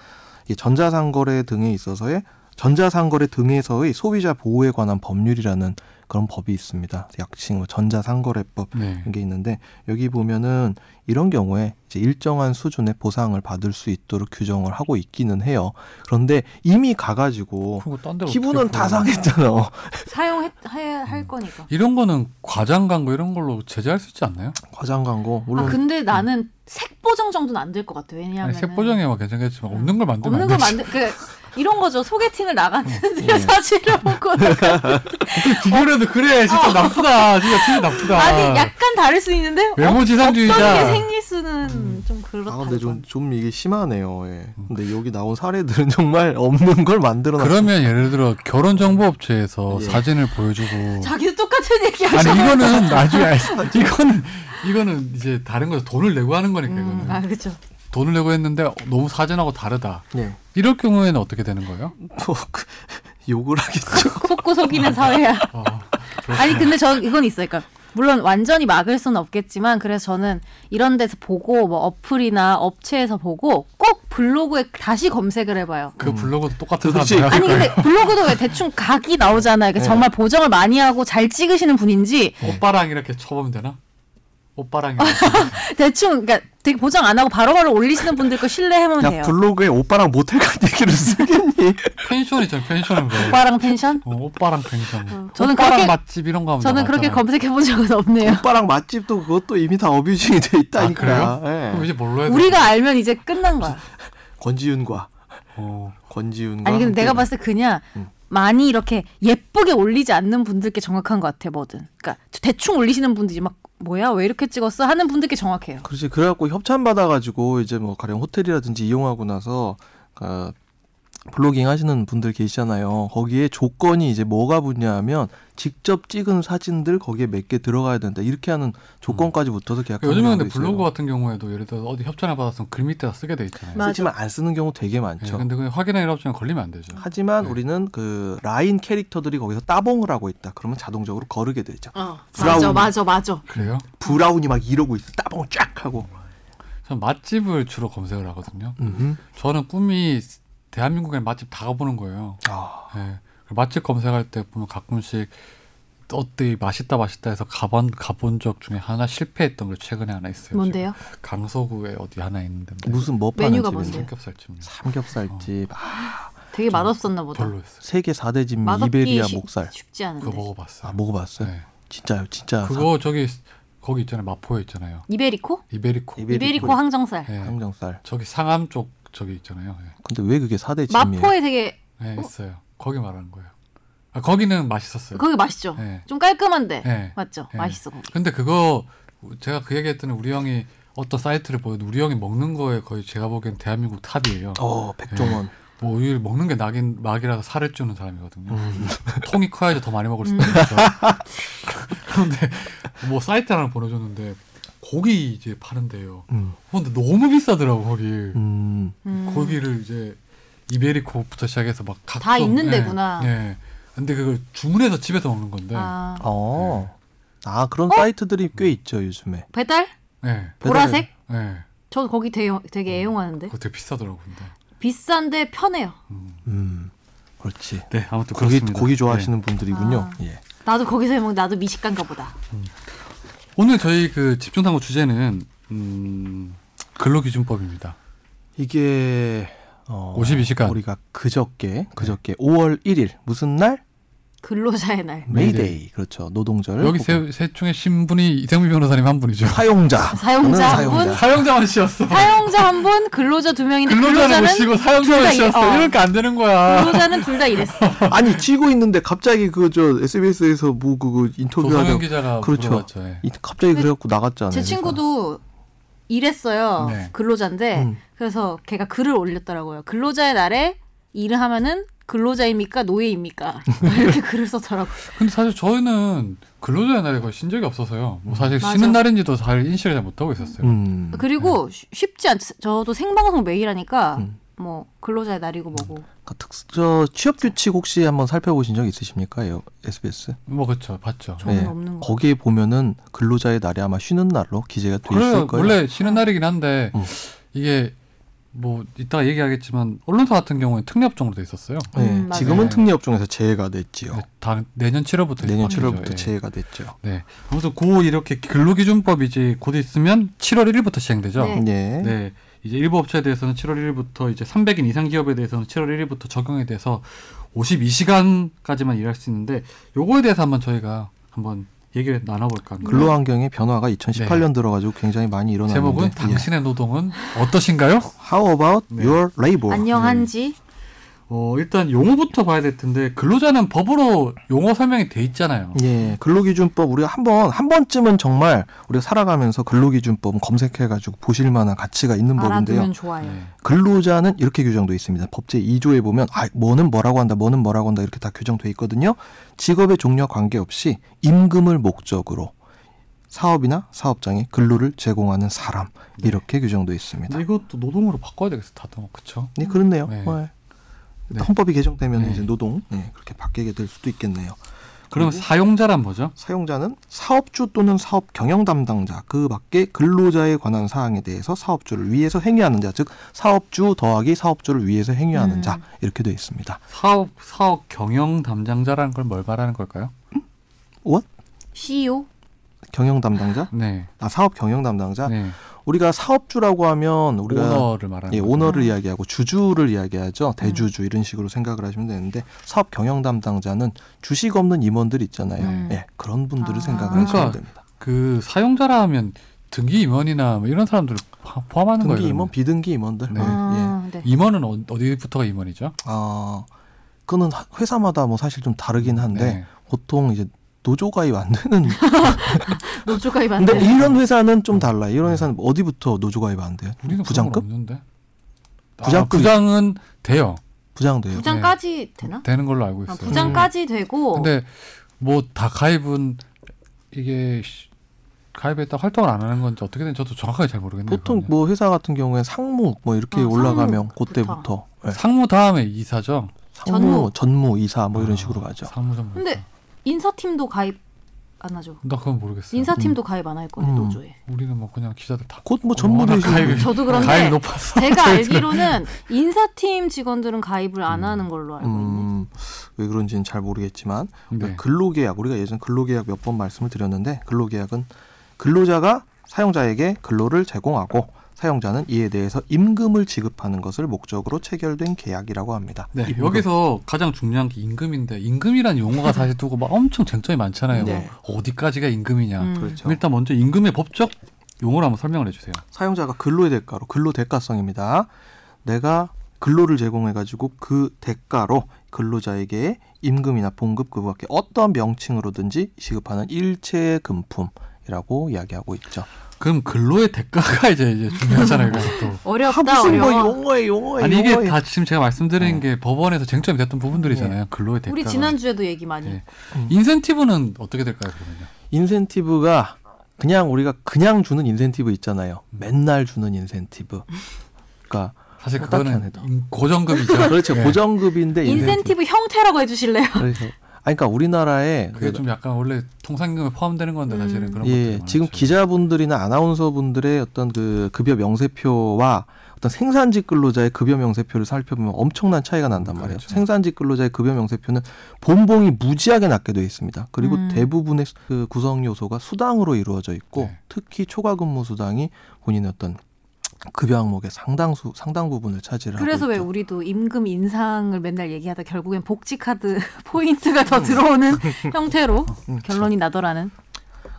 이 전자상거래 등에 있어서의 전자상거래 등에서의 소비자 보호에 관한 법률이라는 그런 법이 있습니다. 약칭 뭐 전자상거래법
네.
이게 있는데 여기 보면은 이런 경우에 이제 일정한 수준의 보상을 받을 수 있도록 규정을 하고 있기는 해요. 그런데 이미 가가지고
그리고 딴 데로
기분은
어떻게
다
보여요?
상했잖아.
네.
사용해야 할 거니까. 아,
이런 거는 과장 광고 이런 걸로 제재할 수 있지 않나요?
과장 광고
아
물론
근데 나는 색 보정 정도는 안 될 것 같아.
음.
왜냐하면
아니, 색보정이 막 괜찮겠지만
음.
없는 걸 만들면
없는
안 되지.
거
어, 네.
만들 그 이런 거죠. 소개팅을 나갔는데 뭐
예.
사진을 보고
그러니까. 비교라도 그래 진짜 나쁘다. 진짜 진짜 나쁘다.
어. 아니 약간 다를 수 있는데 어, 어떤 게
외모지상주의자. 음.
생길 수는 좀 그렇다.
아 근데 좀, 좀 이게 심하네요. 예.
음.
근데 여기 나온 사례들은 정말 없는 걸 만들어놨.
그러면 예를 들어 결혼 정보 업체에서
예.
사진을 보여주고
자기도 똑같은 얘기
아니
하셔.
이거는 나중에 알- 이거는 이거는 이제 다른 거에서 돈을 내고 하는 거니까
음,
이거는
아 그렇죠. 음.
돈을 내고 했는데 너무 사진하고 다르다.
예.
이럴 경우에는 어떻게 되는 거예요?
뭐 그- 욕을 하겠죠.
속고 속이는 사회야.
어,
아니 근데 저 이건 있어요. 그러니까 물론 완전히 막을 수는 없겠지만 그래서 저는 이런 데서 보고 뭐 어플이나 업체에서 보고 꼭 블로그에 다시 검색을 해봐요.
그 그러니까. 블로그도 똑같은
음. 도대체
사람이야.
아니 근데 블로그도 왜 대충 각이 나오잖아요. 그러니까
네.
정말 보정을 많이 하고 잘 찍으시는 분인지
그-
오빠랑 이렇게 쳐보면 되나? 오빠랑 이렇게.
대충 그러니까 되게 보정 안 하고 바로바로 올리시는 분들 거 신뢰하면 돼요.
야 블로그에 오빠랑 모텔 간 얘기를 쓰겠니?
네.
펜션 있잖아 펜션은 뭐.
오빠랑 펜션?
어, 오빠랑 펜션.
어, 저는
오빠랑
그렇게-
맛집 이런 거 하면
저는
다
그렇게
나왔잖아요.
검색해 본 적은 없네요.
오빠랑 맛집도 그것도 이미 다 어뷰징이 돼
아
있다니까. 예.
그래요? 그럼 이제 뭘로 해야 돼?
우리가 알면 이제 끝난 거야.
권지윤과
어,
권지윤과
아니 근데 내가
함께
봤을 때 그냥
음.
많이 이렇게 예쁘게 올리지 않는 분들께 정확한 것 같아 뭐든. 그러니까 대충 올리시는 분들이 막 뭐야 왜 이렇게 찍었어 하는 분들께 정확해요.
그렇지 그래갖고 협찬 받아가지고 이제 뭐 가령 호텔이라든지 이용하고 나서 그 블로깅 하시는 분들 계시잖아요. 거기에 조건이 이제 뭐가 붙냐면 직접 찍은 사진들 거기에 몇 개 들어가야 된다. 이렇게 하는 조건까지 붙어서 계약.
요즘에 근데 블로그 같은 경우에도 예를 들어 어디 협찬을 받았으면 글 밑에다 쓰게 돼 있잖아요.
맞아.
쓰지만 안 쓰는 경우 되게
예,
많죠.
근데 그냥 확인한 일 없으면 걸리면 안 되죠.
하지만
네.
우리는 그 라인 캐릭터들이 거기서 따봉을 하고 있다. 그러면 자동적으로 거르게 되죠.
어
브라운.
맞아 맞아 맞아.
그래요?
브라운이 막 이러고 있어. 따봉을 쫙 하고.
전 맛집을 주로 검색을 하거든요.
음흠.
저는 꿈이 대한민국에 맛집 다 가보는 거예요.
아,
예. 그 맛집 검색할 때 보면 가끔씩 어때 맛있다 맛있다 해서 가본 가본 적 중에 하나 실패했던 게 최근에 하나 있어요.
뭔데요?
지금. 강서구에 어디 하나 있는데
무슨 뭐 파는
메뉴가
집인데?
뭔데요?
삼겹살집
삼겹살집. 아,
되게 맛없었나 보다.
별로였어요.
세계 4대 집
맛없기
음, 이베리아
쉽-
목살.
쉽지 않은데.
그거 먹어봤어요.
아 먹어봤어요?
네.
진짜요, 진짜.
그거 저기 거기 있잖아요 마포에 있잖아요.
이베리코?
이베리코.
이베- 아, 음.
이베리코,
이베리코. 네,
항정살.
예.
삼- 삼겹살.
저기 상암 쪽 저기 있잖아요. 예.
근데 왜 그게 4대 집이에요?
마포에 되게
예, 있어요. 거기 말하는 거예요. 아, 거기는
네.
맛있었어요.
거기 맛있죠.
예.
좀 깔끔한데
예.
맞죠?
예.
맛있어 거기.
근데 그거 제가 그 얘기했더니 우리 형이 어떤 사이트를 보여도 우리 형이 먹는 거에 거의 제가 보기엔 대한민국 탑이에요.
어, 백종원.
뭐 오히려 먹는 게 낙인 막이라서 살을 찌는 사람이거든요.
음.
통이 커야지 더 많이 먹을 수 있어서. 그런데 뭐 사이트 하나 보내줬는데 고기 이제 파는데요.
음.
어, 근데 너무 비싸더라고 거기.
음.
음.
고기를 이제 이베리코부터 시작해서 막 각종
다 있는
예,
데구나.
예. 근데 그걸 주문해서 집에서 먹는 건데.
아,
네.
어. 아, 그런 사이트들이 꽤 있죠, 요즘에.
배달?
예.
보라색?
예.
저도 거기 되게, 되게 애용하는데
음, 그거 되게 비싸더라고 근데.
비싼데 편해요.
음. 그렇지.
네, 아무튼
고기
그렇습니다.
고기 좋아하시는 분들이군요.
아.
예.
나도 거기서 해먹 나도 미식가인가 보다.
네. 오늘 저희 그 집중 탐구 주제는 음, 근로기준법입니다.
이게 어,
52시간.
우리가 그저께 그저께 5월 1일 무슨 날?
근로자의 날.
메이데이.
메이데이. 그렇죠. 노동절.
여기 세,
혹은
세 중에 신분이 이상민 변호사님 한 분이죠.
사용자.
아, 사용자
저는
한 분?
사용자만 씌웠어.
사용자 한 분, 근로자 두 명인데
근로자는 못 씌고
둘
사용자만
다 이-
씌웠어.
어.
이러니까 안 되는 거야.
근로자는 둘 다 이랬어.
아니 치고 있는데 갑자기 그 저 SBS에서 뭐 그거 인터뷰하다
조성현 기자가
그렇죠.
물어봤죠. 예.
이- 갑자기 그래갖고 나갔잖아요. 그러니까.
제
그래서.
친구도 일했어요.
네.
근로자인데
음.
그래서 걔가 글을 올렸더라고요. 근로자의 날에 일을 하면은 근로자입니까 노예입니까 이렇게 글을 썼더라고요.
근데 사실 저희는 근로자의 날에 거의 쉰 적이 없어서요. 뭐 사실
맞아.
쉬는 날인지도 잘 인식을 잘 못하고 있었어요.
음.
그리고 쉬- 쉽지 않. 저도 생방송 매일 하니까
음.
뭐 근로자의 날이고 뭐고
그러니까 특수 저 취업 규칙 혹시 한번 살펴보신 적 있으십니까? 요 SBS.
뭐 그렇죠. 봤죠.
저는 없는 거.
네. 거기에 보면은 근로자의 날이 아마 쉬는 날로 기재가 돼
그래요.
있을 거예요.
원래 쉬는 날이긴 한데
음.
이게 뭐 이따가 얘기하겠지만 언론사 같은 경우는 특례업종으로 돼 있었어요.
네,
음, 맞아요.
지금은 특례업종에서 제외가 됐지요.
네, 다 내년 7월부터
내년
포함되죠.
7월부터
예.
제외가 됐죠.
네. 아무튼 고 이렇게 근로기준법이 이제 곧 있으면 7월 1일부터 시행되죠.
네.
예.
네. 이제 일부 업체에 대해서는 7월 1일부터 이제 300인 이상 기업에 대해서는 7월 1일부터 적용이 돼서 52시간까지만 일할 수 있는데 요거에 대해서 한번 저희가 한번 얘기를 나눠볼까 합니다.
근로환경의 변화가 2018년 들어가지고 굉장히 많이 일어났는데
네.
예.
제목은 당신의 노동은 어떠신가요?
How about
네.
your labor? 예,
안녕한지
어, 일단 용어부터 봐야 될 텐데 근로자는 법으로 용어 설명이 돼 있잖아요. 네.
예, 근로기준법 우리가 한번 한 번쯤은 정말 우리가 살아가면서 근로기준법 검색해가지고 보실 만한 가치가 있는 법인데요.
알아두면 좋아요.
네.
근로자는 이렇게 규정돼 있습니다. 법제 2조에 보면 아, 뭐는 뭐라고 한다, 뭐는 뭐라고 한다 이렇게 다 규정돼 있거든요. 직업의 종류와 관계없이 임금을 목적으로 사업이나 사업장에 근로를 제공하는 사람
네.
이렇게 규정돼 있습니다.
근데 이것도 노동으로 바꿔야 되겠어, 다들. 그쵸?
네, 그렇네요.
네.
네.
네.
헌법이 개정되면
네.
이제 노동 네, 그렇게 바뀌게 될 수도 있겠네요.
그러면
그리고
사용자란 뭐죠?
사용자는 사업주 또는 사업 경영 담당자 그 밖에 근로자에 관한 사항에 대해서 사업주를 위해서 행위하는 자, 즉 사업주 더하기 사업주를 위해서 행위하는
음.
자 이렇게 돼 있습니다.
사업, 사업 경영 담당자라는 걸 뭘 말하는 걸까요?
What?
CEO
경영 담당자?
네.
아 사업 경영 담당자.
네.
우리가 사업주라고 하면 우리가
오너를 말하는
예,
거죠. 음.
오너를 이야기하고 주주를 이야기하죠. 대주주 이런 식으로 생각을 하시면 되는데 사업 경영 담당자는 주식 없는 임원들 있잖아요.
음.
예, 그런 분들을
아.
생각을
그러니까
하시면 됩니다.
그 사용자라 하면 등기 임원이나 뭐 이런 사람들을 포- 포함하는
등기
거예요.
임원, 비등기 임원들.
네.
예, 예.
아, 네.
임원은 어- 어디부터가 임원이죠?
아, 그거는 하- 회사마다 뭐 사실 좀 다르긴 한데
네.
보통 이제 노조 가입 안 되는
노조가
근데
입안데
이런 회사는 좀 달라요. 이런 회사는 어디부터 노조 가입 안 돼요?
음. 네. 우리는
부장급?
없는데.
부장급?
아, 부장은 돼요.
부장 돼요. 네.
부장까지 되나?
되는 걸로 알고
아,
있어요. 네.
음.
부장까지 되고
근데 뭐 다 가입은 이게 시- 가입에 따라 활동을 안 하는 건지 어떻게 되는지 저도 정확하게 잘 모르겠네요.
보통
그거는.
뭐 회사 같은 경우에 상무 뭐 이렇게
아,
올라가면
상무부터.
그때부터 예.
네. 상무 다음에 이사죠.
상무, 전무, 이사 뭐 이런
아,
식으로 가죠.
상무 전문.
근데 인사팀도 가입 안 하죠.
나 그건 모르겠어요.
인사팀도 가입 안 할 거예요
음.
노조에.
우리는 뭐 그냥 기자들 다
곧 뭐
워낙
전무되시고
가입이
저도 그런데
가입 높아서
제가 알기로는 인사팀 직원들은 가입을 안 하는 걸로 알고 있네.
음, 왜 그런지는 잘 모르겠지만
네.
근로계약 우리가 예전 근로계약 몇 번 말씀을 드렸는데 근로계약은 근로자가 사용자에게 근로를 제공하고 사용자는 이에 대해서 임금을 지급하는 것을 목적으로 체결된 계약이라고 합니다.
네,
임금.
여기서 가장 중요한 게 임금인데 임금이란 용어가 사실 두고 막 엄청 쟁점이 많잖아요.
네.
뭐 어디까지가 임금이냐.
음.
그렇죠.
그럼 일단 먼저 임금의 법적 용어를 한번 설명을 해주세요.
사용자가 근로의 대가로 근로 대가성입니다. 내가 근로를 제공해가지고 그 대가로 근로자에게 임금이나 봉급 그 밖에 어떤 명칭으로든지 지급하는 일체의 금품이라고 이야기하고 있죠.
그럼 근로의 대가가 이제 이제 중요하잖아요. 그래서 또.
어렵다
뭐
어려워.
용어에 용어에 네.
아니 이게
용어에.
다 지금 제가 말씀드린 게 법원에서 쟁점이 됐던
네.
부분들이잖아요. 근로의 대가.
우리 지난 주에도 얘기 많이.
네.
했고.
인센티브는 어떻게 될까요, 그러면요?
인센티브가 그냥 우리가 그냥 주는 인센티브 있잖아요. 맨날 주는 인센티브. 그러니까
사실
뭐 딱히 안
그거는
해도.
인- 고정급이죠.
그렇죠
예.
고정급인데 인센티브.
인센티브 형태라고 해주실래요?
그래서 아니 그러니까 우리나라에
그게 좀 약간 원래 통상임금에 포함되는 건데 사실은
음.
그런 것들이
예,
많았죠.
지금 기자분들이나 아나운서분들의 어떤 그 급여 명세표와 어떤 생산직 근로자의 급여 명세표를 살펴보면 엄청난 차이가 난단 말이에요.
그렇죠.
생산직 근로자의 급여 명세표는 본봉이 무지하게 낮게 돼 있습니다. 그리고
음.
대부분의 그 구성 요소가 수당으로 이루어져 있고
네.
특히 초과 근무 수당이 본인의 어떤 급여 항목의 상당수 상당 부분을 차지를
그래서
하고
왜
있죠.
우리도 임금 인상을 맨날 얘기하다 결국엔 복지 카드 포인트가 더 들어오는 형태로 결론이 나더라는.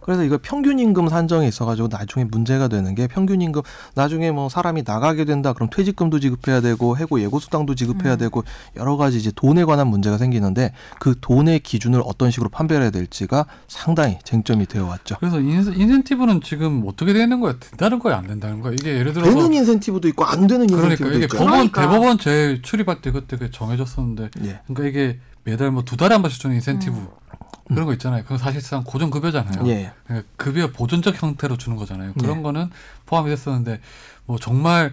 그래서 이걸 평균 임금 산정에 있어가지고 나중에 문제가 되는 게 평균 임금 나중에 뭐 사람이 나가게 된다 그럼 퇴직금도 지급해야 되고 해고 예고 수당도 지급해야
음.
되고 여러 가지 이제 돈에 관한 문제가 생기는데 그 돈의 기준을 어떤 식으로 판별해야 될지가 상당히 쟁점이 되어 왔죠.
그래서 인센, 인센티브는 지금 어떻게 되는 거야? 된다는 거야, 안 된다는 거야? 이게 예를 들어서
되는 인센티브도 있고 안 되는
그러니까
인센티브도
이게
있죠.
법원
그러니까.
대법원 제 출입할 때 그때 그 정해졌었는데
예.
그러니까 이게 매달 뭐 두 달에 한 번씩 주는 인센티브 그런 거 있잖아요. 그건 사실상 고정급여잖아요.
음. 예.
그러니까 급여 보존적 형태로 주는 거잖아요. 그런
네.
거는 포함이 됐었는데 뭐 정말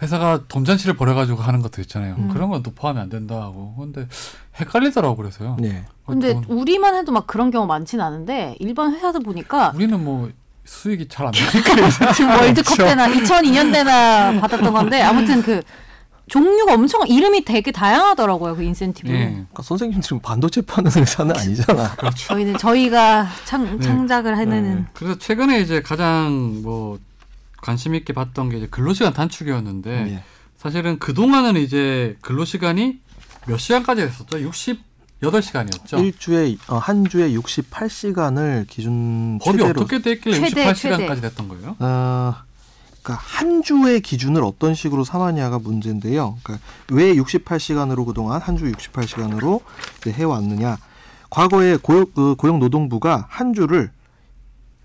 회사가 돈 잔치를 벌여가지고 하는 것도 있잖아요.
음.
그런 건 또 포함이 안 된다 하고 근데 헷갈리더라고 그래서요. 어,
예.
근데
그건
우리만 해도 막 그런 경우 많진 않은데 일반 회사도 보니까
우리는 뭐 수익이 잘 안 나니까
지금 월드컵 때나 2002년 때나 받았던 건데 아무튼 그 종류가 엄청 이름이 되게 다양하더라고요 그 인센티브.
예.
그러니까 선생님들은 반도체 파는 회사는 아니잖아.
그 저희는 저희가 창,
네.
창작을 해내는
그래서 최근에 이제 가장 뭐 관심 있게 봤던 게 이제 근로시간 단축이었는데
예.
사실은 그 동안은 이제 근로시간이 몇 시간까지 됐었죠? 68시간이었죠.
일주에 어, 한 주에 68시간을 기준
법이
최대로
어떻게 돼 있길래
최대,
68시간까지 됐던 거예요?
어, 그러니까 한 주의 기준을 어떤 식으로 삼느냐가 문제인데요. 그러니까 왜 68시간으로 그동안 한 주 68시간으로 이제 해왔느냐? 과거에 고용, 그 고용노동부가 한 주를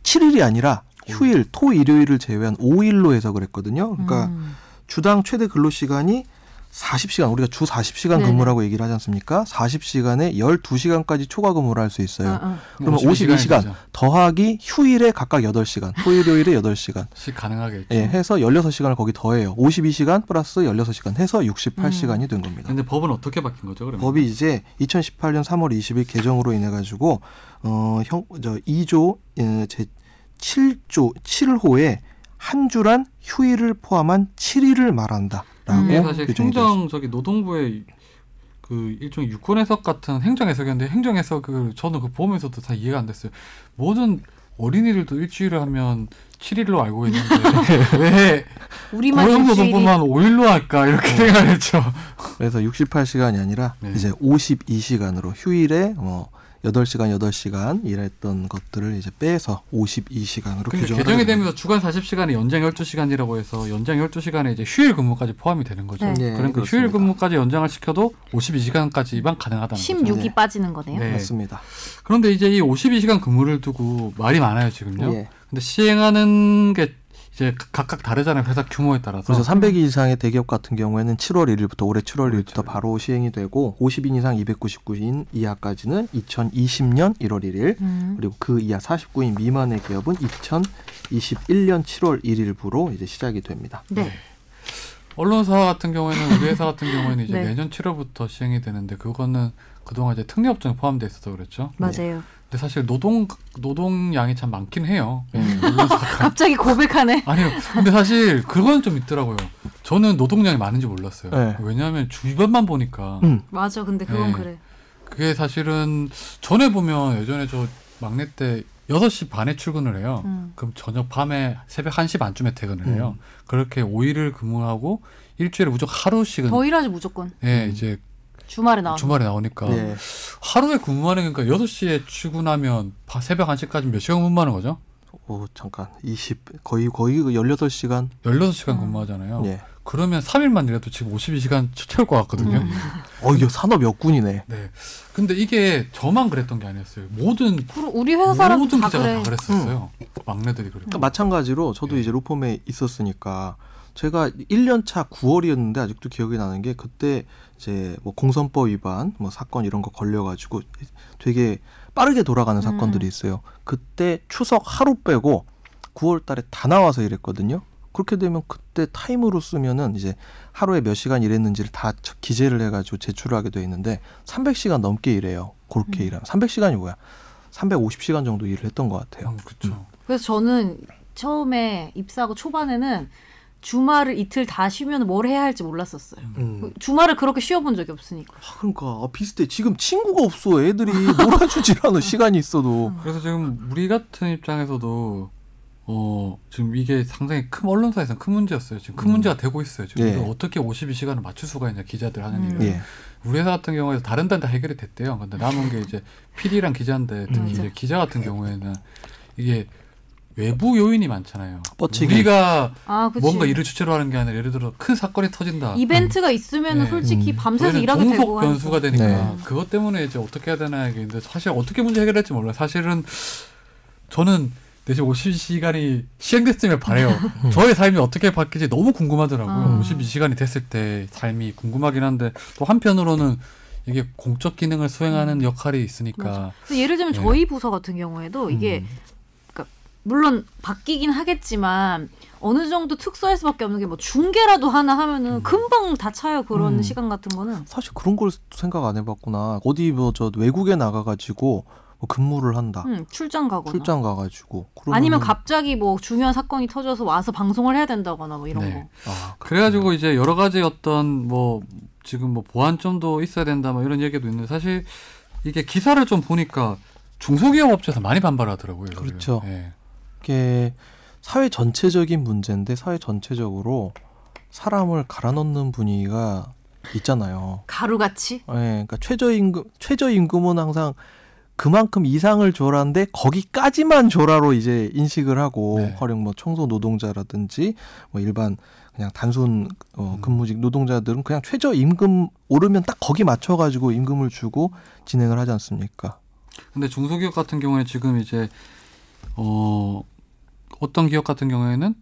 7일이 아니라 휴일, 토, 일요일을 제외한 5일로 해석을 했거든요. 그러니까
음.
주당 최대 근로 시간이 40시간 우리가 주 40시간
네네.
근무라고 얘기를 하지 않습니까? 40시간에 12시간까지 초과 근무를 할 수 있어요.
어, 어.
그러면
52
52시간
시간이죠.
더하기 휴일에 각각 8시간, 토, 일요일에 8시간.
시 가능하게.
예, 해서 16시간을 거기 더해요. 52시간 플러스 16시간 해서 68시간이
음.
된 겁니다.
근데 법은 어떻게 바뀐 거죠, 그러면?
법이 이제 2018년 3월 20일 개정으로 인해 가지고 어, 형, 저 2조 예, 제 7조 7호에 한 주란 휴일을 포함한 7일을 말한다라고
음.
이게 네, 사실
뭐? 그 규정이 되어 있습니다.
행정 저기 노동부의 그 일종의 유권 해석 같은 행정 해석이었는데 행정 해석을 저는 그 보면서도 다 이해가 안 됐어요. 모든 어린이들도 일주일을 하면 7일로 알고 있는데 왜
우리만 일주일이
고용노동부만 5일로 할까 이렇게 생각을 했죠.
그래서 68시간이 아니라
네.
이제 52시간으로 휴일에 뭐 8시간 8시간 일했던 것들을 이제 빼서 52시간으로
근데
규정을
그러니까 개정이
하게 됩니다.
되면서 주간 40시간에 연장 12시간이라고 해서 연장 12시간에 이제 휴일 근무까지 포함이 되는 거죠.
네.
예,
그러니까 휴일
그렇습니다.
근무까지 연장을 시켜도 52시간까지만 가능하다는 거죠.
16이
네.
빠지는 거네요.
네.
맞습니다.
그런데 이제 이 52시간 근무를 두고 말이 많아요, 지금요.
예.
근데 시행하는 게 이제 각각 다르잖아요. 회사 규모에 따라서.
그래서 300인 이상의 대기업 같은 경우에는 7월 1일부터 올해 7월 1일부터
그렇죠.
바로 시행이 되고 50인 이상 299인 이하까지는 2020년 1월 1일
음.
그리고 그 이하 49인 미만의 기업은 2021년 7월 1일부로 이제 시작이 됩니다.
네.
언론사 같은 경우에는 우리 회사 같은 경우에는 이제
네.
내년 7월부터 시행이 되는데 그거는 그동안 이제 특례업종에 포함돼 있어서 그랬죠.
맞아요.
근데 사실 노동 노동량이 참 많긴 해요.
네.
예, 언론사가. 어.
갑자기 고백하네.
아니요. 근데 사실 그건 좀 있더라고요. 저는 노동량이 많은지 몰랐어요.
네.
왜냐하면 주변만 보니까
음.
맞아. 근데 그건
네.
그래.
그게 사실은 전에 보면 예전에 저 막내 때 6시 반에 출근을 해요.
음.
그럼 저녁 밤에 새벽 1시 반쯤에 퇴근을
음.
해요. 그렇게 5일을 근무하고 일주일에 무조건 하루씩은
더 일하지 무조건.
예,
음.
이제
주말에 나와.
그 주말에 나오니까
예.
하루에 근무하는 그러니까 6시에 출근하면 바- 새벽 1시까지 몇 시간 근무하는 거죠?
오, 잠깐. 20 거의 거의 18시간.
16시간
음.
근무하잖아요.
예.
그러면 3일만 일해도 지금 52시간 채울 것 같거든요.
어, 이거 산업 역군이네.
네. 근데 이게 저만 그랬던 게 아니었어요. 모든
그럼 우리 회사 사람
모든
다
기자가
그래.
다 그랬었어요. 막내들이 그랬고.
그러니까 마찬가지로 저도
예.
이제 로펌에 있었으니까 제가 1년 차 9월이었는데 아직도 기억이 나는 게 그때 이제 뭐 공선법 위반 뭐 사건 이런 거 걸려가지고 되게 빠르게 돌아가는 사건들이 있어요. 그때 추석 하루 빼고 9월달에 다 나와서 일했거든요. 그렇게 되면 그때 타임으로 쓰면은 이제 하루에 몇 시간 일했는지를 다 저- 기재를 해가지고 제출하게 돼 있는데 300시간 넘게 일해요. 그렇게 일하면 300시간이 뭐야? 350시간 정도 일을 했던 것 같아요.
음, 그렇죠.
그래서 저는 처음에 입사하고 초반에는 주말을 이틀 다 쉬면 뭘 해야 할지 몰랐었어요.
음.
주말을 그렇게 쉬어본 적이 없으니까.
아, 그러니까 아, 비슷해. 지금 친구가 없어. 애들이 놀아주질 않아. 시간이 있어도.
그래서 지금 우리 같은 입장에서도 어 지금 이게 상당히 큰 언론사에서는 큰 문제였어요. 지금 큰
음.
문제가 되고 있어요. 지금
예.
이걸 어떻게 52시간을 맞출 수가 있냐 기자들 하는
음.
일을.
예.
우리 회사 같은 경우에서 다른 데는 다 해결이 됐대요. 근데 남은 게 이제 PD랑 기자인데
맞아.
특히 이제 기자 같은 경우에는 이게 외부 요인이 많잖아요.
뻗치기.
우리가
아, 그치.
뭔가 일을 주체로 하는 게 아니라 예를 들어 큰 사건이 터진다.
이벤트가 있으면 은
네.
솔직히
음.
밤새서
우리는
일하게 되고
종속
하니까.
변수가 되니까
네.
그것 때문에 이제 어떻게 해야 되나 얘기인데 사실 어떻게 문제 해결할지 몰라요. 사실은 저는 대신 50시간이 시행됐으면 바래요. 저의 삶이 어떻게 바뀔지 너무 궁금하더라고요.
아.
52시간이 됐을 때 삶이 궁금하긴 한데 또 한편으로는 이게 공적 기능을
음.
수행하는 역할이 있으니까
근데 예를 들면
네.
저희 부서 같은 경우에도 이게
음.
그러니까 물론 바뀌긴 하겠지만 어느 정도 특수할 수밖에 없는 게 뭐 중계라도 하나
음.
하면은 금방 다 차요 그런
음.
시간 같은 거는
사실 그런 걸 생각 안 해봤구나. 어디 뭐 저 외국에 나가가지고 뭐 근무를
아.
한다.
음, 출장 가거나
출장 가가지고. 그러면은-
아니면 갑자기 뭐 중요한 사건이 터져서 와서 방송을 해야 된다거나 뭐 이런
네.
거
아,
그래가지고 이제 여러 가지 어떤 뭐 지금 뭐 보완점도 있어야 된다 뭐 이런 얘기도 있는데 사실 이게 기사를 좀 보니까 중소기업 업체에서 많이 반발하더라고요. 이거를.
그렇죠.
예.
이게 사회 전체적인 문제인데 사회 전체적으로 사람을 갈아넣는 분위기가 있잖아요.
가루같이
예, 그러니까 최저임금 최저임금은 항상 그만큼 이상을 줘라인데 거기까지만 줘라로 이제 인식을 하고
네.
활용 뭐 청소 노동자라든지 뭐 일반 그냥 단순 어,
음.
근무직 노동자들은 그냥 최저임금 오르면 딱 거기 맞춰가지고 임금을 주고 진행을 하지 않습니까?
근데 중소기업 같은 경우에 지금 이제 어 어떤 기업 같은 경우에는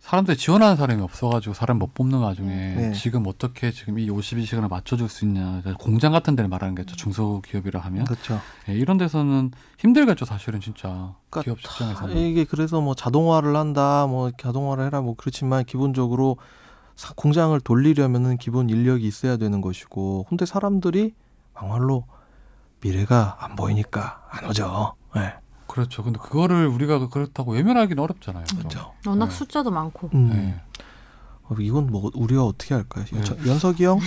사람들이 지원하는 사람이 없어가지고 사람 못 뽑는 와중에
네.
지금 어떻게 지금 이 52시간을 맞춰줄 수 있냐 공장 같은 데를 말하는
음.
게죠 중소기업이라 하면
그렇죠.
예, 이런 데서는 힘들겠죠 사실은 진짜
그러니까
기업 입장에서는
이게 그래서 뭐 자동화를 한다, 뭐 자동화를 해라, 뭐 그렇지만 기본적으로 사- 공장을 돌리려면은 기본 인력이 있어야 되는 것이고, 근데 사람들이 막말로 미래가 안 보이니까 안 오죠. 네.
그렇죠 근데 그거를 우리가 그렇다고 외면하기는 어렵잖아요 또.
그렇죠.
워낙
네.
숫자도 많고
음.
예.
어, 이건 뭐 우리가 어떻게 할까요?
네.
저- 연석이 형,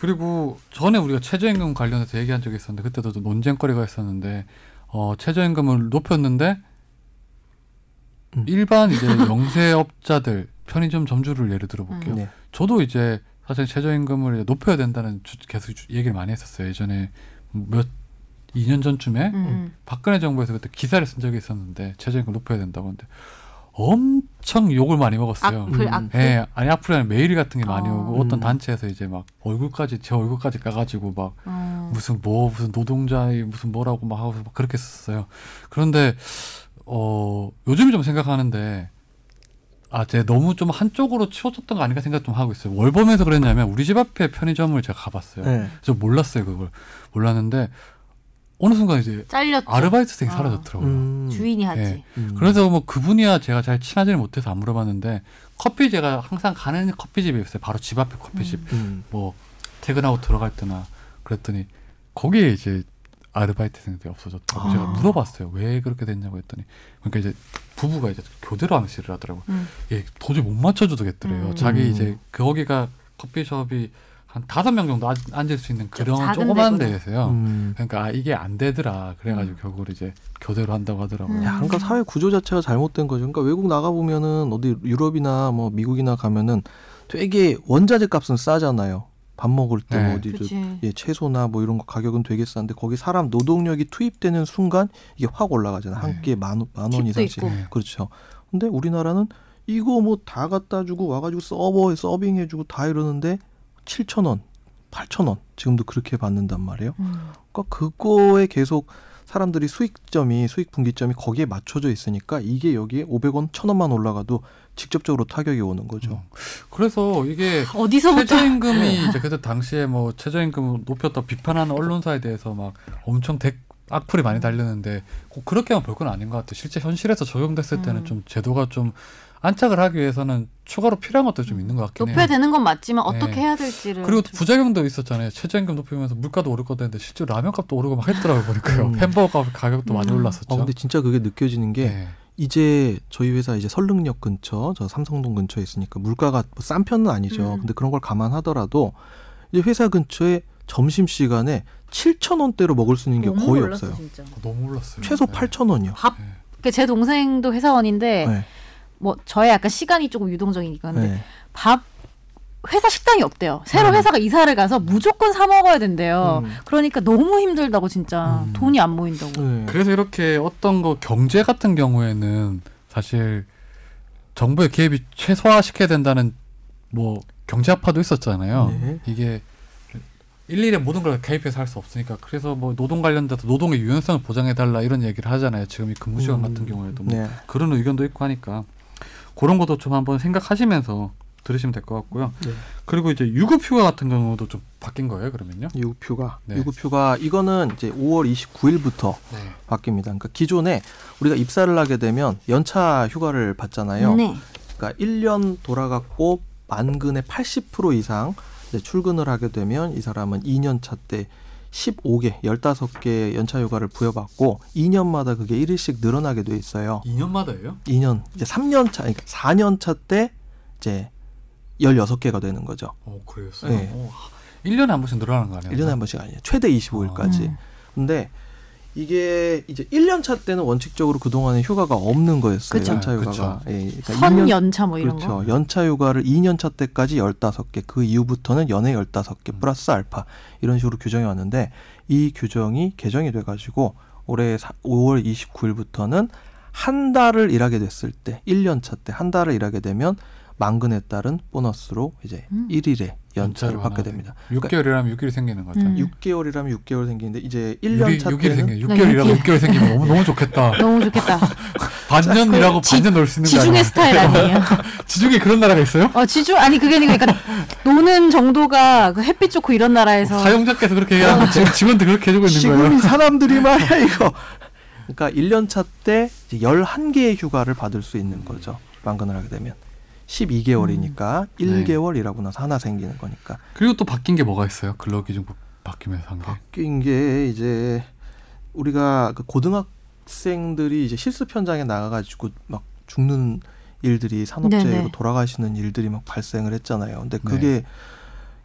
그리고 전에 우리가 최저임금 관련해서 얘기한 적이 있었는데 그때도 또 논쟁거리가 있었는데 어, 최저임금을 높였는데
음.
일반 이제 영세업자들 편의점 점주를 예를 들어 볼게요.
네.
저도 이제 사실 최저임금을 이제 높여야 된다는 주- 계속 주- 얘기를 많이 했었어요. 예전에 몇 2년 전쯤에
음, 음.
박근혜 정부에서 그때 기사를 쓴 적이 있었는데 최저임금 높여야 된다고 하는데 엄청 욕을 많이 먹었어요.
악플
음.
악플
예, 아니 앞으로 는 메일 같은 게 많이
어.
오고
음.
어떤 단체에서 이제 막 얼굴까지 제 얼굴까지 까가지고 막
어.
무슨 뭐 무슨 노동자의 무슨 뭐라고 막 하고 막 그렇게 썼어요. 그런데 어 요즘 좀 생각하는데 아, 제가 너무 좀 한쪽으로 치워졌던 거 아닌가 생각 좀 하고 있어요. 월 보면서 그랬냐면 우리 집 앞에 편의점을 제가 가봤어요.
네.
저 몰랐어요 그걸 몰랐는데 어느 순간 이제
잘렸죠
아르바이트생이
아.
사라졌더라고요.
음.
주인이 하지
예.
음.
그래서 뭐 그분이야 제가 잘 친하지는 못해서 안 물어봤는데 커피 제가 항상 가는 커피집이 있어요. 바로 집 앞에 커피집.
음.
뭐 퇴근하고 들어갈 때나 그랬더니 거기에 이제 아르바이트생들이 없어졌다고
아.
제가 물어봤어요. 왜 그렇게 됐냐고 했더니 그러니까 이제 부부가 이제 교대로 암시를 하더라고요.
음.
예, 도저히 못 맞춰주더겠더래요.
음.
자기
음.
이제 거기가 커피숍이 한 다섯 명 정도 앉- 앉을 수 있는 그런
작은
조그만
데구나.
데에서요.
음.
그러니까 아, 이게 안 되더라. 그래가지고 결국 이제 교대로 한다고 하더라고요.
음.
야, 그러니까 사회 구조 자체가 잘못된 거죠. 그러니까 외국 나가 보면은 어디 유럽이나 뭐 미국이나 가면은 되게 원자재 값은 싸잖아요. 밥 먹을 때
네.
뭐 어디 저
그치
예, 채소나 뭐 이런 거 가격은 되게 싼데 거기 사람 노동력이 투입되는 순간 이게 확 올라가잖아요. 한
네.
끼에 만, 원- 만
팁도
예.
원이상씩.
있고.
그렇죠. 근데 우리나라는 이거 뭐 다 갖다 주고 와가지고 서버에 서빙해주고 다 이러는데 7천 원, 8천 원 지금도 그렇게 받는단 말이에요.
음.
그러니까 그거에 계속 사람들이 수익점이 수익 분기점이 거기에 맞춰져 있으니까 이게 여기에 500원, 1,000원만 올라가도 직접적으로 타격이 오는
음,
거죠.
그래서 이게
어디서부터 네.
최저임금이 이제 그때 당시에 뭐 최저임금을 높였다 비판하는 언론사에 대해서 막 엄청 댓 악플이 많이 달렸는데 꼭 그렇게만 볼 건 아닌 것 같아요. 실제 현실에서 적용됐을 때는
음.
좀 제도가 좀 안착을 하기 위해서는 추가로 필요한 것도 좀 있는 것 같긴 해요.
높여야 되는 건 맞지만 어떻게
네.
해야 될지를
그리고
좀-
부작용도 있었잖아요. 최저임금 높이면서 물가도 오를 것도 했는데 실제 로 라면 값도 오르고 막 했더라고요. 보니까요.
음.
햄버거 값 가격도 많이
음.
올랐었죠.
아 근데 진짜 그게 느껴지는 게
네.
이제 저희 회사 이제 설릉역 근처, 저 삼성동 근처에 있으니까 물가가 뭐싼 편은 아니죠.
음.
근데 그런 걸 감안하더라도 이제 회사 근처에 점심 시간에 7천 원대로 먹을 수 있는 게
너무
거의
놀랐어,
없어요.
진짜.
너무 올랐어요.
최소
네.
8천 원이요.
밥. 그제 동생도 회사원인데
네.
뭐 저의 약간 시간이 조금 유동적이니까 근데
네.
밥 회사 식당이 없대요. 새로
음.
회사가 이사를 가서 무조건 사 먹어야 된대요.
음.
그러니까 너무 힘들다고 진짜
음.
돈이 안 모인다고.
네.
그래서 이렇게 어떤 거 경제 같은 경우에는 사실 정부의 개입이 최소화시켜야 된다는 뭐 경제학파도 있었잖아요.
네.
이게 일일이 모든 걸 개입해서 할 수 없으니까 그래서 뭐 노동 관련돼서 노동의 유연성을 보장해 달라 이런 얘기를 하잖아요. 지금 이 근무 시간
음.
같은 경우에도 뭐
네.
그런 의견도 있고 하니까 그런 것도 좀 한번 생각하시면서 들으시면 될 것 같고요.
네.
그리고 이제 유급휴가 같은 경우도 좀 바뀐 거예요. 그러면요?
유급휴가.
네.
유급휴가 이거는 이제 5월 29일부터
네.
바뀝니다. 그러니까 기존에 우리가 입사를 하게 되면 연차 휴가를 받잖아요.
네.
그러니까 1년 돌아갔고 만근의 80% 이상 이제 출근을 하게 되면 이 사람은 2년 차 때 15개, 15개 연차 휴가를 부여받고 2년마다 그게 1일씩 늘어나게 돼 있어요.
2년마다예요?
2년 이제 3년 차, 그러니까 4년 차 때 이제 16개가 되는 거죠.
어, 그랬어요.
네.
어, 1년에 한 번씩 늘어나는 거 아니에요?
1년에 한 번씩 아니에요. 최대 25일까지.
음.
근데 이게 이제 1년 차 때는 원칙적으로 그동안에 휴가가 없는 거였어요.
그쵸.
연차
그쵸.
휴가가. 예, 그러니까 2년
선연차 뭐 이런 거.
그렇죠. 연차 휴가를 2년 차 때까지 15개, 그 이후부터는 연회 15개 플러스 알파 이런 식으로 규정이 왔는데 이 규정이 개정이 돼 가지고 올해 사- 5월 29일부터는 한 달을 일하게 됐을 때 1년 차 때 한 달을 일하게 되면 만근에 따른 보너스로 이제
음.
일 1일에
연차를
연차를 받게
하나
됩니다. 그러니까
6개월이라면 6개월이 생기는 거죠.
음.
6개월이라면 6개월 생기는데 이제 1년 차
6일, 이
때는
생겨. 6개월이라면 6개월 생기면 너무 너무 좋겠다.
너무 좋겠다.
반년이라고
지-
반년 놀 수 있는 거
지중해
아니야?
스타일 아니에요?
지중해 그런 나라가 있어요?
어 지중 아니 그게 아니고 그러니까 노는 정도가 그 햇빛 좋고 이런
어,
나라에서
사용자께서 그렇게 얘기하는데 지금 직원들 그렇게 해주고 있는 거예요. 네.
지금 사람들이 말이야 이거. 그러니까 1년 차 때 11개의 휴가를 받을 수
음.
있는 거죠. 만근을 하게 되면 12개월이니까
네.
1개월 일하고 나서 하나 생기는 거니까.
그리고 또 바뀐 게 뭐가 있어요? 근로기준 법 바뀌면서 한 게.
바뀐 게 이제 우리가 그 고등학생들이 이제 실습 현장에 나가가지고 막 죽는 일들이 산업재해로
네네.
돌아가시는 일들이 막 발생을 했잖아요. 근데
네.
그게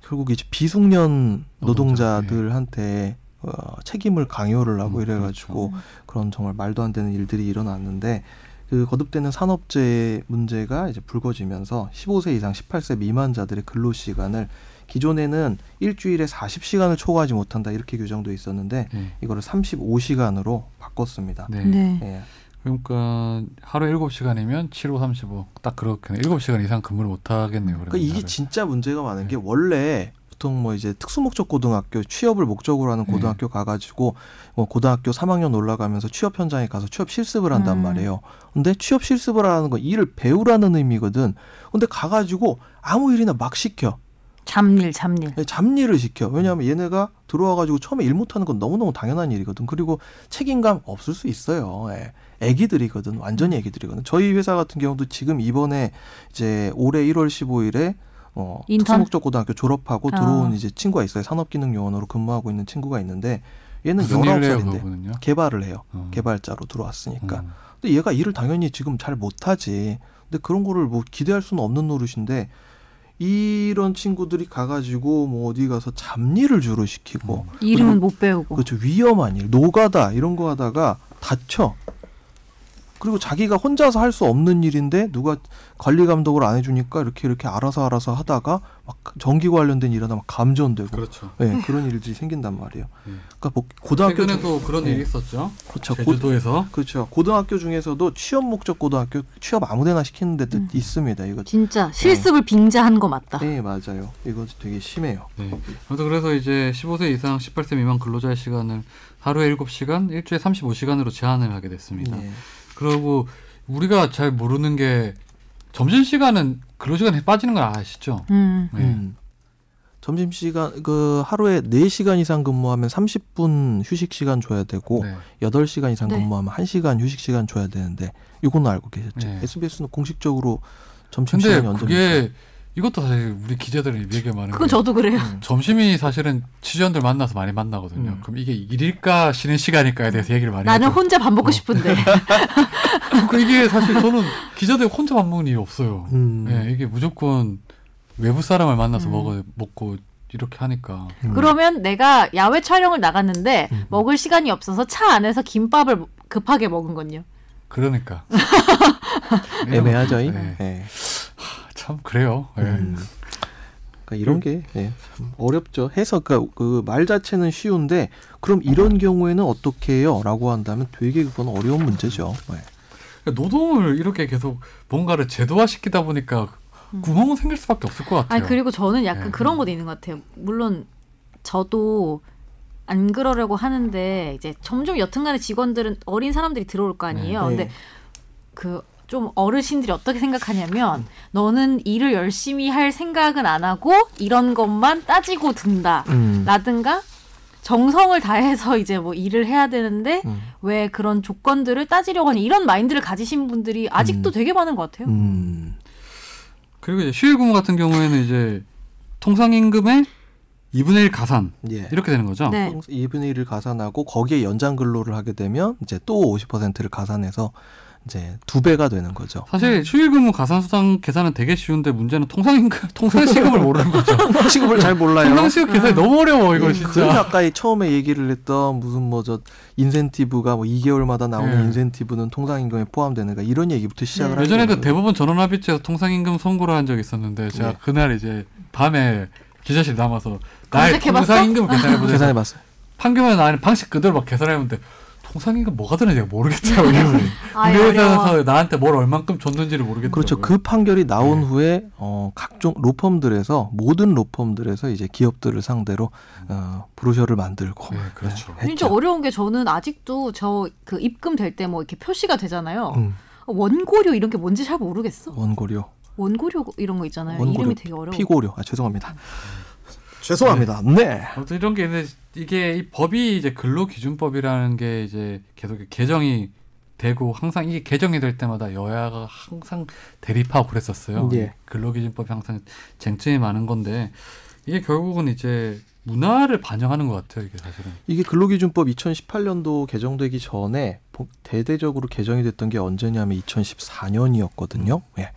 결국 이제 비숙련
노동자,
노동자들한테 어, 책임을 강요를 하고
음,
이래가지고 그런 정말 말도 안 되는 일들이 일어났는데 그 거듭되는 산업재해 문제가 이제 불거지면서 15세 이상 18세 미만자들의 근로 시간을 기존에는 일주일에 40시간을 초과하지 못한다 이렇게 규정돼 있었는데
네.
이거를 35시간으로 바꿨습니다.
네.
네.
예.
그러니까 하루 7시간이면 7, 5, 35. 딱 그렇게 7시간 이상 근무를 못 하겠네요.
그러니까 네. 이게 진짜 문제가 많은 게 원래 보통 뭐 이제 특수목적 고등학교 취업을 목적으로 하는
네.
고등학교 가가지고 뭐 고등학교 3학년 올라가면서 취업 현장에 가서 취업 실습을 한단
음.
말이에요. 근데 취업 실습을 하는 건 일을 배우라는 의미거든. 근데 가가지고 아무 일이나 막 시켜.
잡일 잡일.
예, 잡일을 시켜. 왜냐하면 얘네가 들어와가지고 처음에 일 못하는 건 너무너무 당연한 일이거든. 그리고 책임감 없을 수 있어요. 예. 애기들이거든. 완전히 애기들이거든. 저희 회사 같은 경우도 지금 이번에 이제 올해 1월 15일에 어,
인턴?
특수목적 고등학교 졸업하고
아.
들어온 이제 친구가 있어요. 산업기능요원으로 근무하고 있는 친구가 있는데 얘는
무슨 일을 해요,
19살인데
그분은요?
개발을 해요.
어.
개발자로 들어왔으니까.
음.
근데 얘가 일을 당연히 지금 잘 못하지. 근데 그런 거를 뭐 기대할 수는 없는 노릇인데 이런 친구들이 가가지고 뭐 어디 가서 잡일을 주로
음.
시키고 그
이름은 못 배우고.
그렇죠 위험한 일 노가다 이런 거 하다가 다쳐 그리고 자기가 혼자서 할 수 없는 일인데 누가 관리 감독을 안 해주니까 이렇게 이렇게 알아서 알아서 하다가 막 전기 관련된 일하다 막 감전되고
그렇죠.
예 그런 일이 생긴단 말이에요.
음.
그러니까 뭐 고등학교 중,
최근에도 그런
네.
일이 있었죠.
그렇죠. 고,
제주도에서
그렇죠. 고등학교 중에서도 취업 목적 고등학교 취업 아무데나 시키는 데도
음.
있습니다. 이거
진짜 실습을 빙자한 거 맞다.
네 맞아요. 이거 되게 심해요.
네. 아무튼 그래서 이제 15세 이상 18세 미만 근로자의 시간을 하루에 7시간, 일주일에 35시간으로 제한을 하게 됐습니다.
네.
그리고 우리가 잘 모르는 게 점심 시간은 근로 시간에 빠지는 걸 아시죠?
음.
네.
음. 점심 시간 그 하루에 4시간 이상 근무하면 30분 휴식 시간 줘야 되고
네.
여덟 시간 이상
네.
근무하면 한시간 휴식 시간 줘야 되는데 이거는 알고 계셨죠?
네.
SBS는 공식적으로 점심
근데
시간이 언제입니까?
그게 이것도 사실 우리 기자들이 얘기 많은
그건
게
저도 그래요.
점심이 사실은 취재원들 만나서 많이 만나거든요.
음.
그럼 이게 일일까 쉬는 시간일까에 대해서 얘기를 많이
나는
하죠. 어. 음.
혼자 밥 먹고 싶은데.
그 이게 사실 저는 기자들 혼자 밥 먹는 일이 없어요.
음.
예, 이게 무조건 외부 사람을 만나서
음.
먹어 먹고 이렇게 하니까
음.
그러면 내가 야외 촬영을 나갔는데
음.
먹을 시간이 없어서 차 안에서 김밥을 급하게 먹은 건요.
그러니까
애매하죠. 이
네.
네.
참 그래요. 예.
음. 그러니까 이런 게 네. 참 어렵죠. 해서 그말 자체는 쉬운데 그럼 이런 경우에는 어떻게 해요?라고 한다면 되게 그건 어려운 문제죠. 네.
그러니까 노동을 이렇게 계속 뭔가를 제도화시키다 보니까 구멍은 생길 수밖에 없을 것 같아요.
아니 그리고 저는 약간
네.
그런 것도 있는 것 같아요. 물론 저도 안 그러려고 하는데 이제 점점 여튼간에 직원들은 어린 사람들이 들어올 거 아니에요.
네.
근데 그 좀 어르신들이 어떻게
음.
생각하냐면 너는 일을 열심히 할 생각은 안 하고 이런 것만 따지고 든다.
음.
라든가 정성을 다해서 이제 뭐 일을 해야 되는데
음.
왜 그런 조건들을 따지려고 하니 이런 마인드를 가지신 분들이
음.
아직도 되게 많은 것 같아요.
음.
그리고 이제 휴일근무 같은 경우에는 이제 통상임금의 2분의 1 가산
예.
이렇게 되는 거죠.
네.
2분의 1을 가산하고 거기에 연장 근로를 하게 되면 이제 또 50%를 가산해서 이제 두 배가 되는 거죠.
사실 휴일근무 가산 수당 계산은 되게 쉬운데 문제는 통상임금 통상시급을 모르는 거죠.
시급을 잘 몰라요.
통상시급 계산이 너무 어려워 이거
그
진짜.
아까 처음에 얘기를 했던 무슨 뭐 저 인센티브가 뭐 2개월마다 나오는
예.
인센티브는 통상임금에 포함되는가 그러니까 이런 얘기부터 시작을
네.
하게
예전에도
되는 거예요.
대법원 전원합의체에서 통상임금 선고를 한 적이 있었는데 제가
네.
그날 이제 밤에 기자실 남아서 나의
검색해봤어? 아.
통상임금 계산해보자.
아, 계산해봤어요.
판결은 아니 방식 그대로 막 계산해보는데 통상임금 뭐가 드는지 내가 모르겠더라고요.
아이,
분류회사에서 나한테 뭘 얼만큼 줬는지를 모르겠더라고요.
그렇죠. 그 판결이 나온
네.
후에 어, 각종 로펌들에서 모든 로펌들에서 이제 기업들을 상대로 어, 브로셔를 만들고
네, 그렇죠.
진짜
했죠.
어려운 게 저는 아직도 저 그 입금 될 때 뭐 이렇게 표시가 되잖아요.
음,
원고료 이런 게 뭔지 잘 모르겠어.
원고료,
원고료 이런 거 있잖아요.
원고료,
이름이 되게 어려워.
피고료. 아 죄송합니다.
네.
죄송합니다. 네.
아무튼 이런 게 있는데 이게 이 법이 이제 근로기준법이라는 게 이제 계속 개정이 되고 항상 이게 개정이 될 때마다 여야가 항상 대립하고 그랬었어요.
예.
근로기준법이 항상 쟁점이 많은 건데 이게 결국은 이제 문화를 반영하는 것 같아요. 이게 사실은.
이게 근로기준법 2018년도 개정되기 전에 보- 대대적으로 개정이 됐던 게 언제냐면 2014년이었거든요. 예.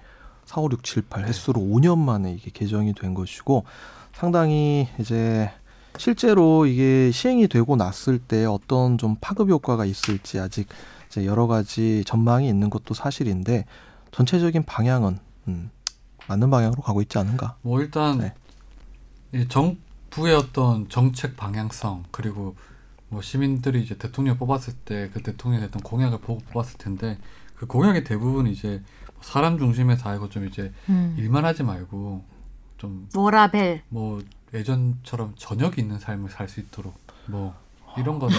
4, 5, 6, 7, 8 횟수로 5년 만에 이게 개정이 된 것이고 상당히 이제 실제로 이게 시행이 되고 났을 때 어떤 좀 파급 효과가 있을지 아직 이제 여러 가지 전망이 있는 것도 사실인데 전체적인 방향은 음, 맞는 방향으로 가고 있지 않은가.
뭐 일단
네.
이 정부의 어떤 정책 방향성 그리고 뭐 시민들이 이제 대통령 뽑았을 때 그 대통령의 어떤 공약을 보고 뽑았을 텐데 그 공약의 대부분 이제 뭐 사람 중심에서 알고 좀 이제
예.
음.
일만 하지 말고 좀
워라벨.
뭐 예전처럼 저녁이 있는 삶을 살 수 있도록 뭐 이런 건데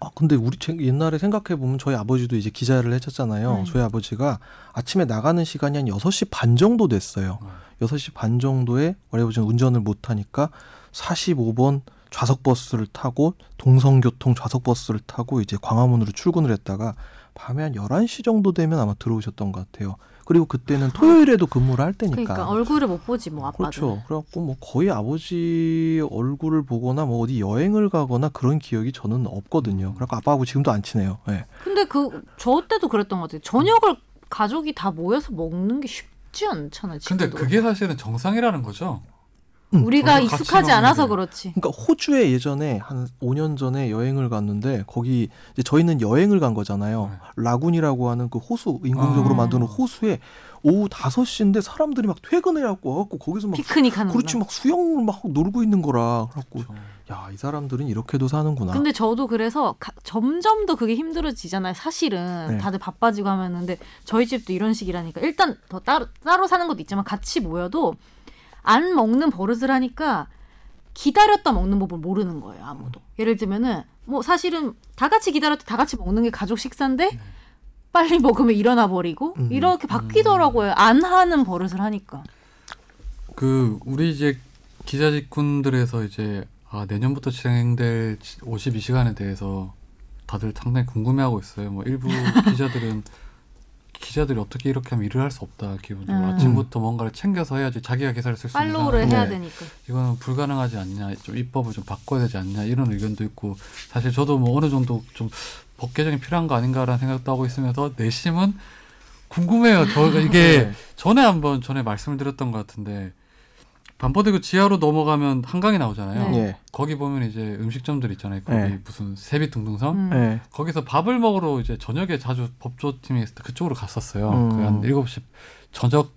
아 근데 우리 제- 옛날에 생각해 보면 저희 아버지도 이제 기자를 했었잖아요.
음.
저희 아버지가 아침에 나가는 시간이 한 6시 반 정도 됐어요.
네.
음.
6시 반 정도에 우리 아버지는 운전을 못 하니까 45번 좌석 버스를 타고 동성교통 좌석 버스를 타고 이제 광화문으로 출근을 했다가 밤에 한 11시 정도 되면 아마 들어오셨던 것 같아요. 그리고 그때는 토요일에도 근무를 할 때니까.
그러니까 얼굴을 못 보지 뭐 아빠들.
그렇죠. 그래갖고 뭐 거의 아버지 얼굴을 보거나 뭐 어디 여행을 가거나 그런 기억이 저는 없거든요.
음.
그래갖고 아빠하고 지금도 안 친해요. 예.
근데 그 저 때도 그랬던 것 같아요. 저녁을 가족이 다 모여서 먹는 게 쉽지 않잖아요.
근데
지금도.
그게 사실은 정상이라는 거죠
음,
우리가
저희가 같이
익숙하지
먹는데.
않아서 그렇지.
그러니까 호주에 예전에 한 5년 전에 여행을 갔는데 거기 이제 저희는 여행을 간 거잖아요. 라군이라고 하는 그 호수 인공적으로
네. 아.
만드는 호수에 오후 5시인데 사람들이 막 퇴근해갖고 와갖고 거기서 막
피크닉 하는
그렇지
거.
막 수영을 막 놀고 있는 거라 그래갖고
그렇죠.
야 이 사람들은 이렇게도 사는구나.
근데 저도 그래서 가- 점점 더 그게 힘들어지잖아요. 사실은
네.
다들 바빠지고 하면 근데 저희 집도 이런 식이라니까 일단 더 따로 따로 사는 것도 있지만 같이 모여도 안 먹는 버릇을 하니까 기다렸다 먹는 법을 모르는 거예요 아무도.
음.
예를 들면은 뭐 사실은 다 같이 기다렸다 다 같이 먹는 게 가족 식사인데 빨리 먹으면 일어나 버리고
네. 음.
이렇게 바뀌더라고요. 안 하는 버릇을 하니까.
그 우리 이제 기자 직군들에서 이제 아 내년부터 진행될 52시간에 대해서 다들 상당히 궁금해하고 있어요. 뭐 일부 기자들은 기자들이 어떻게 이렇게 하면 일을 할 수 없다. 기본적으로
음.
아침부터 뭔가를 챙겨서 해야지 자기가 기사를 쓸 수 있는
팔로우를 해야
네.
되니까.
이거는 불가능하지 않냐, 좀 입법을 좀 바꿔야 되지 않냐 이런 의견도 있고 사실 저도 뭐 어느 정도 좀법 개정이 필요한 거 아닌가라는 생각도 하고 있으면서 내심은 궁금해요. 저
네.
예.
이게 전에 한번 전에 말씀을 드렸던 것 같은데 반포대교 지하로 넘어가면 한강이 나오잖아요.
네.
예.
거기 보면 이제 음식점들 있잖아요. 거기
네.
무슨 세비 둥둥섬
음.
예.
거기서 밥을 먹으러 이제 저녁에 자주 법조팀이 있을 때 그쪽으로 갔었어요.
음.
그한 7시 저녁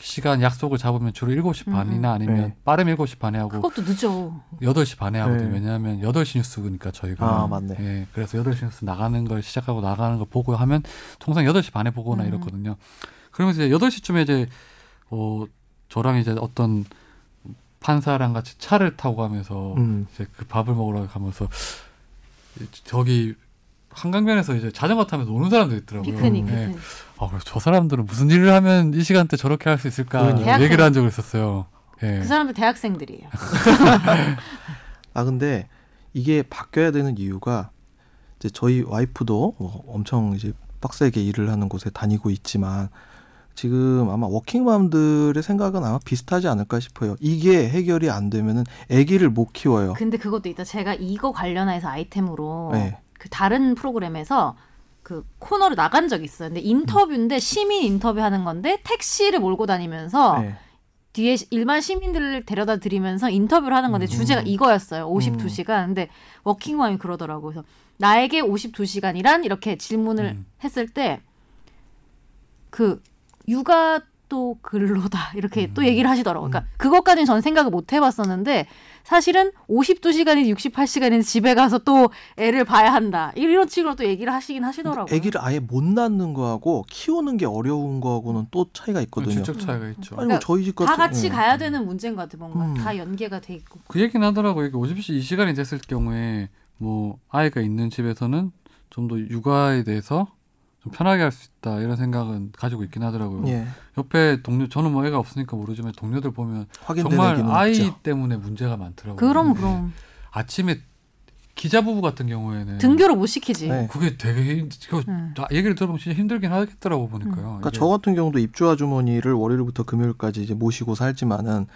시간 약속을 잡으면 주로 7시
음.
반이나 아니면
네.
빠르면 7시 반에 하고
그것도 늦죠.
8시 반에 하거든요.
네.
왜냐하면 8시 뉴스니까 그러니까 저희가.
아 맞네.
예, 그래서 8시 뉴스 나가는 걸 시작하고 나가는 걸 보고 하면 통상 8시 반에 보거나
음.
이렇거든요. 그러면서 이제 8시쯤에 이제 어, 저랑 이제 어떤 판사랑 같이 차를 타고 가면서
음.
이제 그 밥을 먹으러 가면서 저기 한강변에서 이제 자전거 타면서 노는 사람도 있더라고요.
피크닉.
예.
피크닉.
아, 그래서 저 사람들은 무슨 일을 하면 이 시간대 저렇게 할 수 있을까
그러니까.
얘기를 한 적이 있었어요. 예.
그 사람들 대학생들이에요.
아 근데 이게 바뀌어야 되는 이유가 이제 저희 와이프도 뭐 엄청 이제 빡세게 일을 하는 곳에 다니고 있지만 지금 아마 워킹맘들의 생각은 아마 비슷하지 않을까 싶어요. 이게 해결이 안 되면은 아기를 못 키워요.
근데 그것도 있다. 제가 이거 관련해서 아이템으로
네.
그 다른 프로그램에서 그 코너로 나간 적이 있어요. 근데 인터뷰인데 시민 인터뷰하는 건데 택시를 몰고 다니면서
네.
뒤에 일반 시민들을 데려다 드리면서 인터뷰를 하는 건데
음.
주제가 이거였어요.
음.
52시간. 근데 워킹맘이 그러더라고요. 그래서 나에게 52시간이란 이렇게 질문을
음.
했을 때 그 육아 또 근로다 이렇게
음.
또 얘기를 하시더라고요. 그러니까 그것까지는 전 생각을 못 해봤었는데 사실은 52시간이 68시간인 집에 가서 또 애를 봐야 한다 이런 식으로 또 얘기를 하시긴 하시더라고요.
아기를 아예 못 낳는 거하고 키우는 게 어려운 거하고는 또 차이가 있거든요.
직접 그 차이가 있죠.
아니 뭐
그러니까
저희 집 같은
다 같이
응.
가야 되는 문제인 것 같아 뭔가
음.
다 연계가 돼 있고
그 얘기는 하더라고요. 이게 50시 이 시간이 됐을 경우에 뭐 아이가 있는 집에서는 좀 더 육아에 대해서 좀 편하게 할 수 있다 이런 생각은 가지고 있긴 하더라고요.
예.
옆에 동료 저는 뭐 애가 없으니까 모르지만 동료들 보면
확인되는
정말
기는
아이
없죠.
때문에 문제가 많더라고요.
음.
그럼 그럼
아침에 기자 부부 같은 경우에는
등교를 못 시키지.
네.
그게 되게 힘, 그거
음.
다 얘기를 들어보면 진짜 힘들긴 하겠더라고 보니까요.
그러니까
이게
저 같은 경우도 입주 아주머니를 월요일부터 금요일까지 이제 모시고 살지만은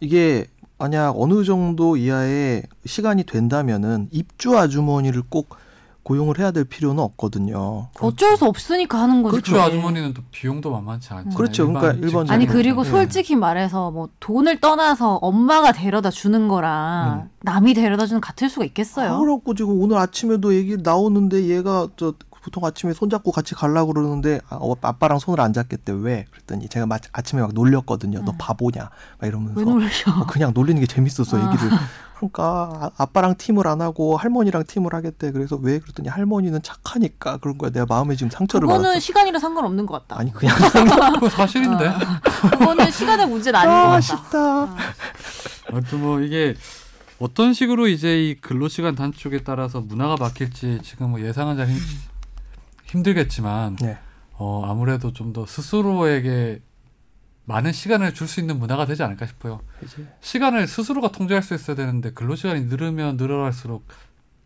이게 만약 어느 정도 이하의 시간이 된다면은 입주 아주머니를 꼭 고용을 해야 될 필요는 없거든요.
어쩔 수 없으니까 하는 거지.
그렇죠.
그게.
아주머니는 또 비용도 만만치 않잖아요.
그렇죠. 그러니까 일반
아니 그리고
예.
솔직히 말해서 뭐 돈을 떠나서 엄마가 데려다 주는 거랑
네.
남이 데려다 주는 같을 수가 있겠어요.
아,
그래갖고 지금 오늘 아침에도 얘기 나오는데 얘가 저 보통 아침에 손잡고 같이 가려고 그러는데 아, 어, 아빠랑 손을 안 잡겠대 왜? 그랬더니 제가 마- 아침에 막 놀렸거든요. 너
음.
바보냐? 막 이러면서
왜 놀려?
어, 그냥 놀리는 게 재밌었어
아.
얘기를 그러니까 아- 아빠랑 팀을 안 하고 할머니랑 팀을 하겠대 그래서 왜 그랬더니 할머니는 착하니까 그런 거야 내가 마음에 지금 상처를
그거는
받았어
시간이라 상관없는 것 같다.
아니 그냥
그거 사실인데.
아. 그거는 시간의 문제는 아닌 것
아
같다.
아쉽다
아무튼 뭐 이게 어떤 식으로 이제 이 근로 시간 단축에 따라서 문화가 바뀔지 지금 뭐 예상은 잘 힘, 힘들겠지만
네.
어 아무래도 좀 더 스스로에게 많은 시간을 줄 수 있는 문화가 되지 않을까 싶어요. 시간을 스스로가 통제할 수 있어야 되는데 근로 시간이 늘으면 늘어날수록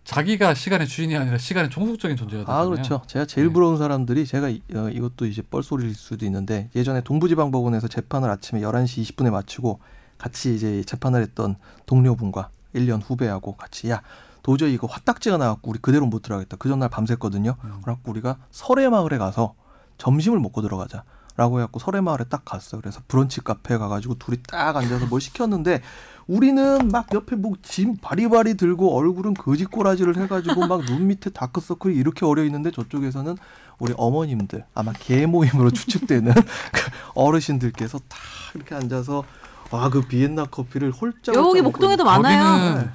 자기가 시간의 주인이 아니라 시간의 종속적인 존재가 되잖아요.
아 그렇죠 제가 제일
네.
부러운 사람들이 제가 이, 어, 이것도 이제 뻘소리일 수도 있는데 예전에 동부지방법원에서 재판을 아침에 11시 20분에 마치고 같이 이제 재판을 했던 동료분과 1년 후배하고 같이 야 도저히 이거 화딱지가 나갖고 우리 그대로 못 들어가겠다 그 전날 밤샜거든요
음.
그래갖고 우리가 설해마을에 가서 점심을 먹고 들어가자. 라고 해갖고 설해마을에 딱 갔어요. 그래서 브런치 카페 가가지고 둘이 딱 앉아서 뭘 시켰는데 우리는 막 옆에 뭐 짐 바리바리 들고 얼굴은 거지꼬라지를 해가지고 막 눈 밑에 다크서클이 이렇게 어려 있는데 저쪽에서는 우리 어머님들 아마 개 모임으로 추측되는 그 어르신들께서 다 이렇게 앉아서 와 그 비엔나 커피를 홀짝
여기 목동에도 많아요.
거기는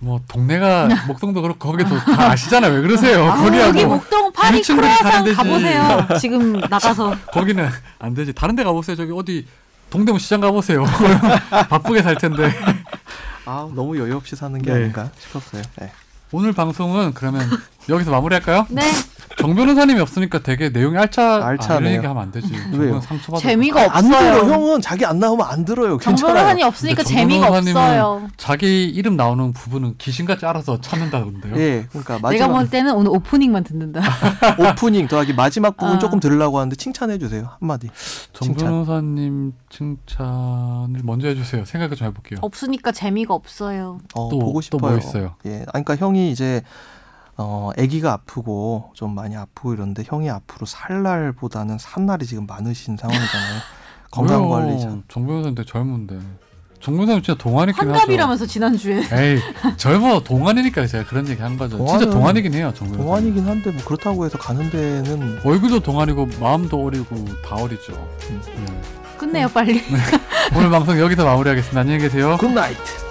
뭐 동네가 목동도 그렇고 거기도 다 아시잖아요. 왜 그러세요?
아,
거기하고
여기 목동 파리
지리층들이
크로아상
가는 데지.
가보세요. 지금 나가서
거기는 안 되지. 다른 데 가보세요. 저기 어디 동대문 시장 가보세요. 바쁘게 살 텐데.
아 너무 여유 없이 사는 게
네.
아닌가 싶었어요. 네.
오늘 방송은 그러면 여기서 마무리할까요?
네
정 변호사님이 없으니까 되게 내용이 알차
알차네요.
알차네. 이런 얘기 하면 안 되지.
왜요?
저건 상처받아.
재미가
안 들어
없어요.
형은 자기 안 나오면 안 들어요.
정
괜찮아요.
변호사님 없으니까
근데 정
재미가
변호사님은
없어요.
자기 이름 나오는 부분은 귀신같이 알아서 찾는다던데요.
예, 그러니까
내가
마지막
볼 때는 오늘 오프닝만 듣는다.
오프닝 더하기 마지막 부분
아.
조금 들으려고 하는데 칭찬해 주세요 한마디.
정
칭찬.
변호사님 칭찬을 먼저 해주세요. 생각을 좀 해볼게요.
없으니까 재미가 없어요.
어,
또,
보고
또
싶어요.
뭐 있어요?
예, 아니, 그러니까 형이 이제 어 아기가 아프고 좀 많이 아프고 이런데 형이 앞으로 살 날보다는 산 날이 지금 많으신 상황이잖아요. 건강 관리자.
왜요? 정 변호사님 되게 젊은데. 정 변호사님 진짜 동안이긴 하죠.
환갑이라면서 지난주에
에이 젊어 동안이니까 제가 그런 얘기 한 거죠. 진짜
동안은-
동안이긴 해요. 정 변호사님.
동안이긴 한데 뭐 그렇다고 해서 가는 데는
얼굴도 동안이고 마음도 어리고 다 어리죠. 음.
끝내요 빨리.
오늘 방송 여기서 마무리하겠습니다. 안녕히 계세요.
굿나이트.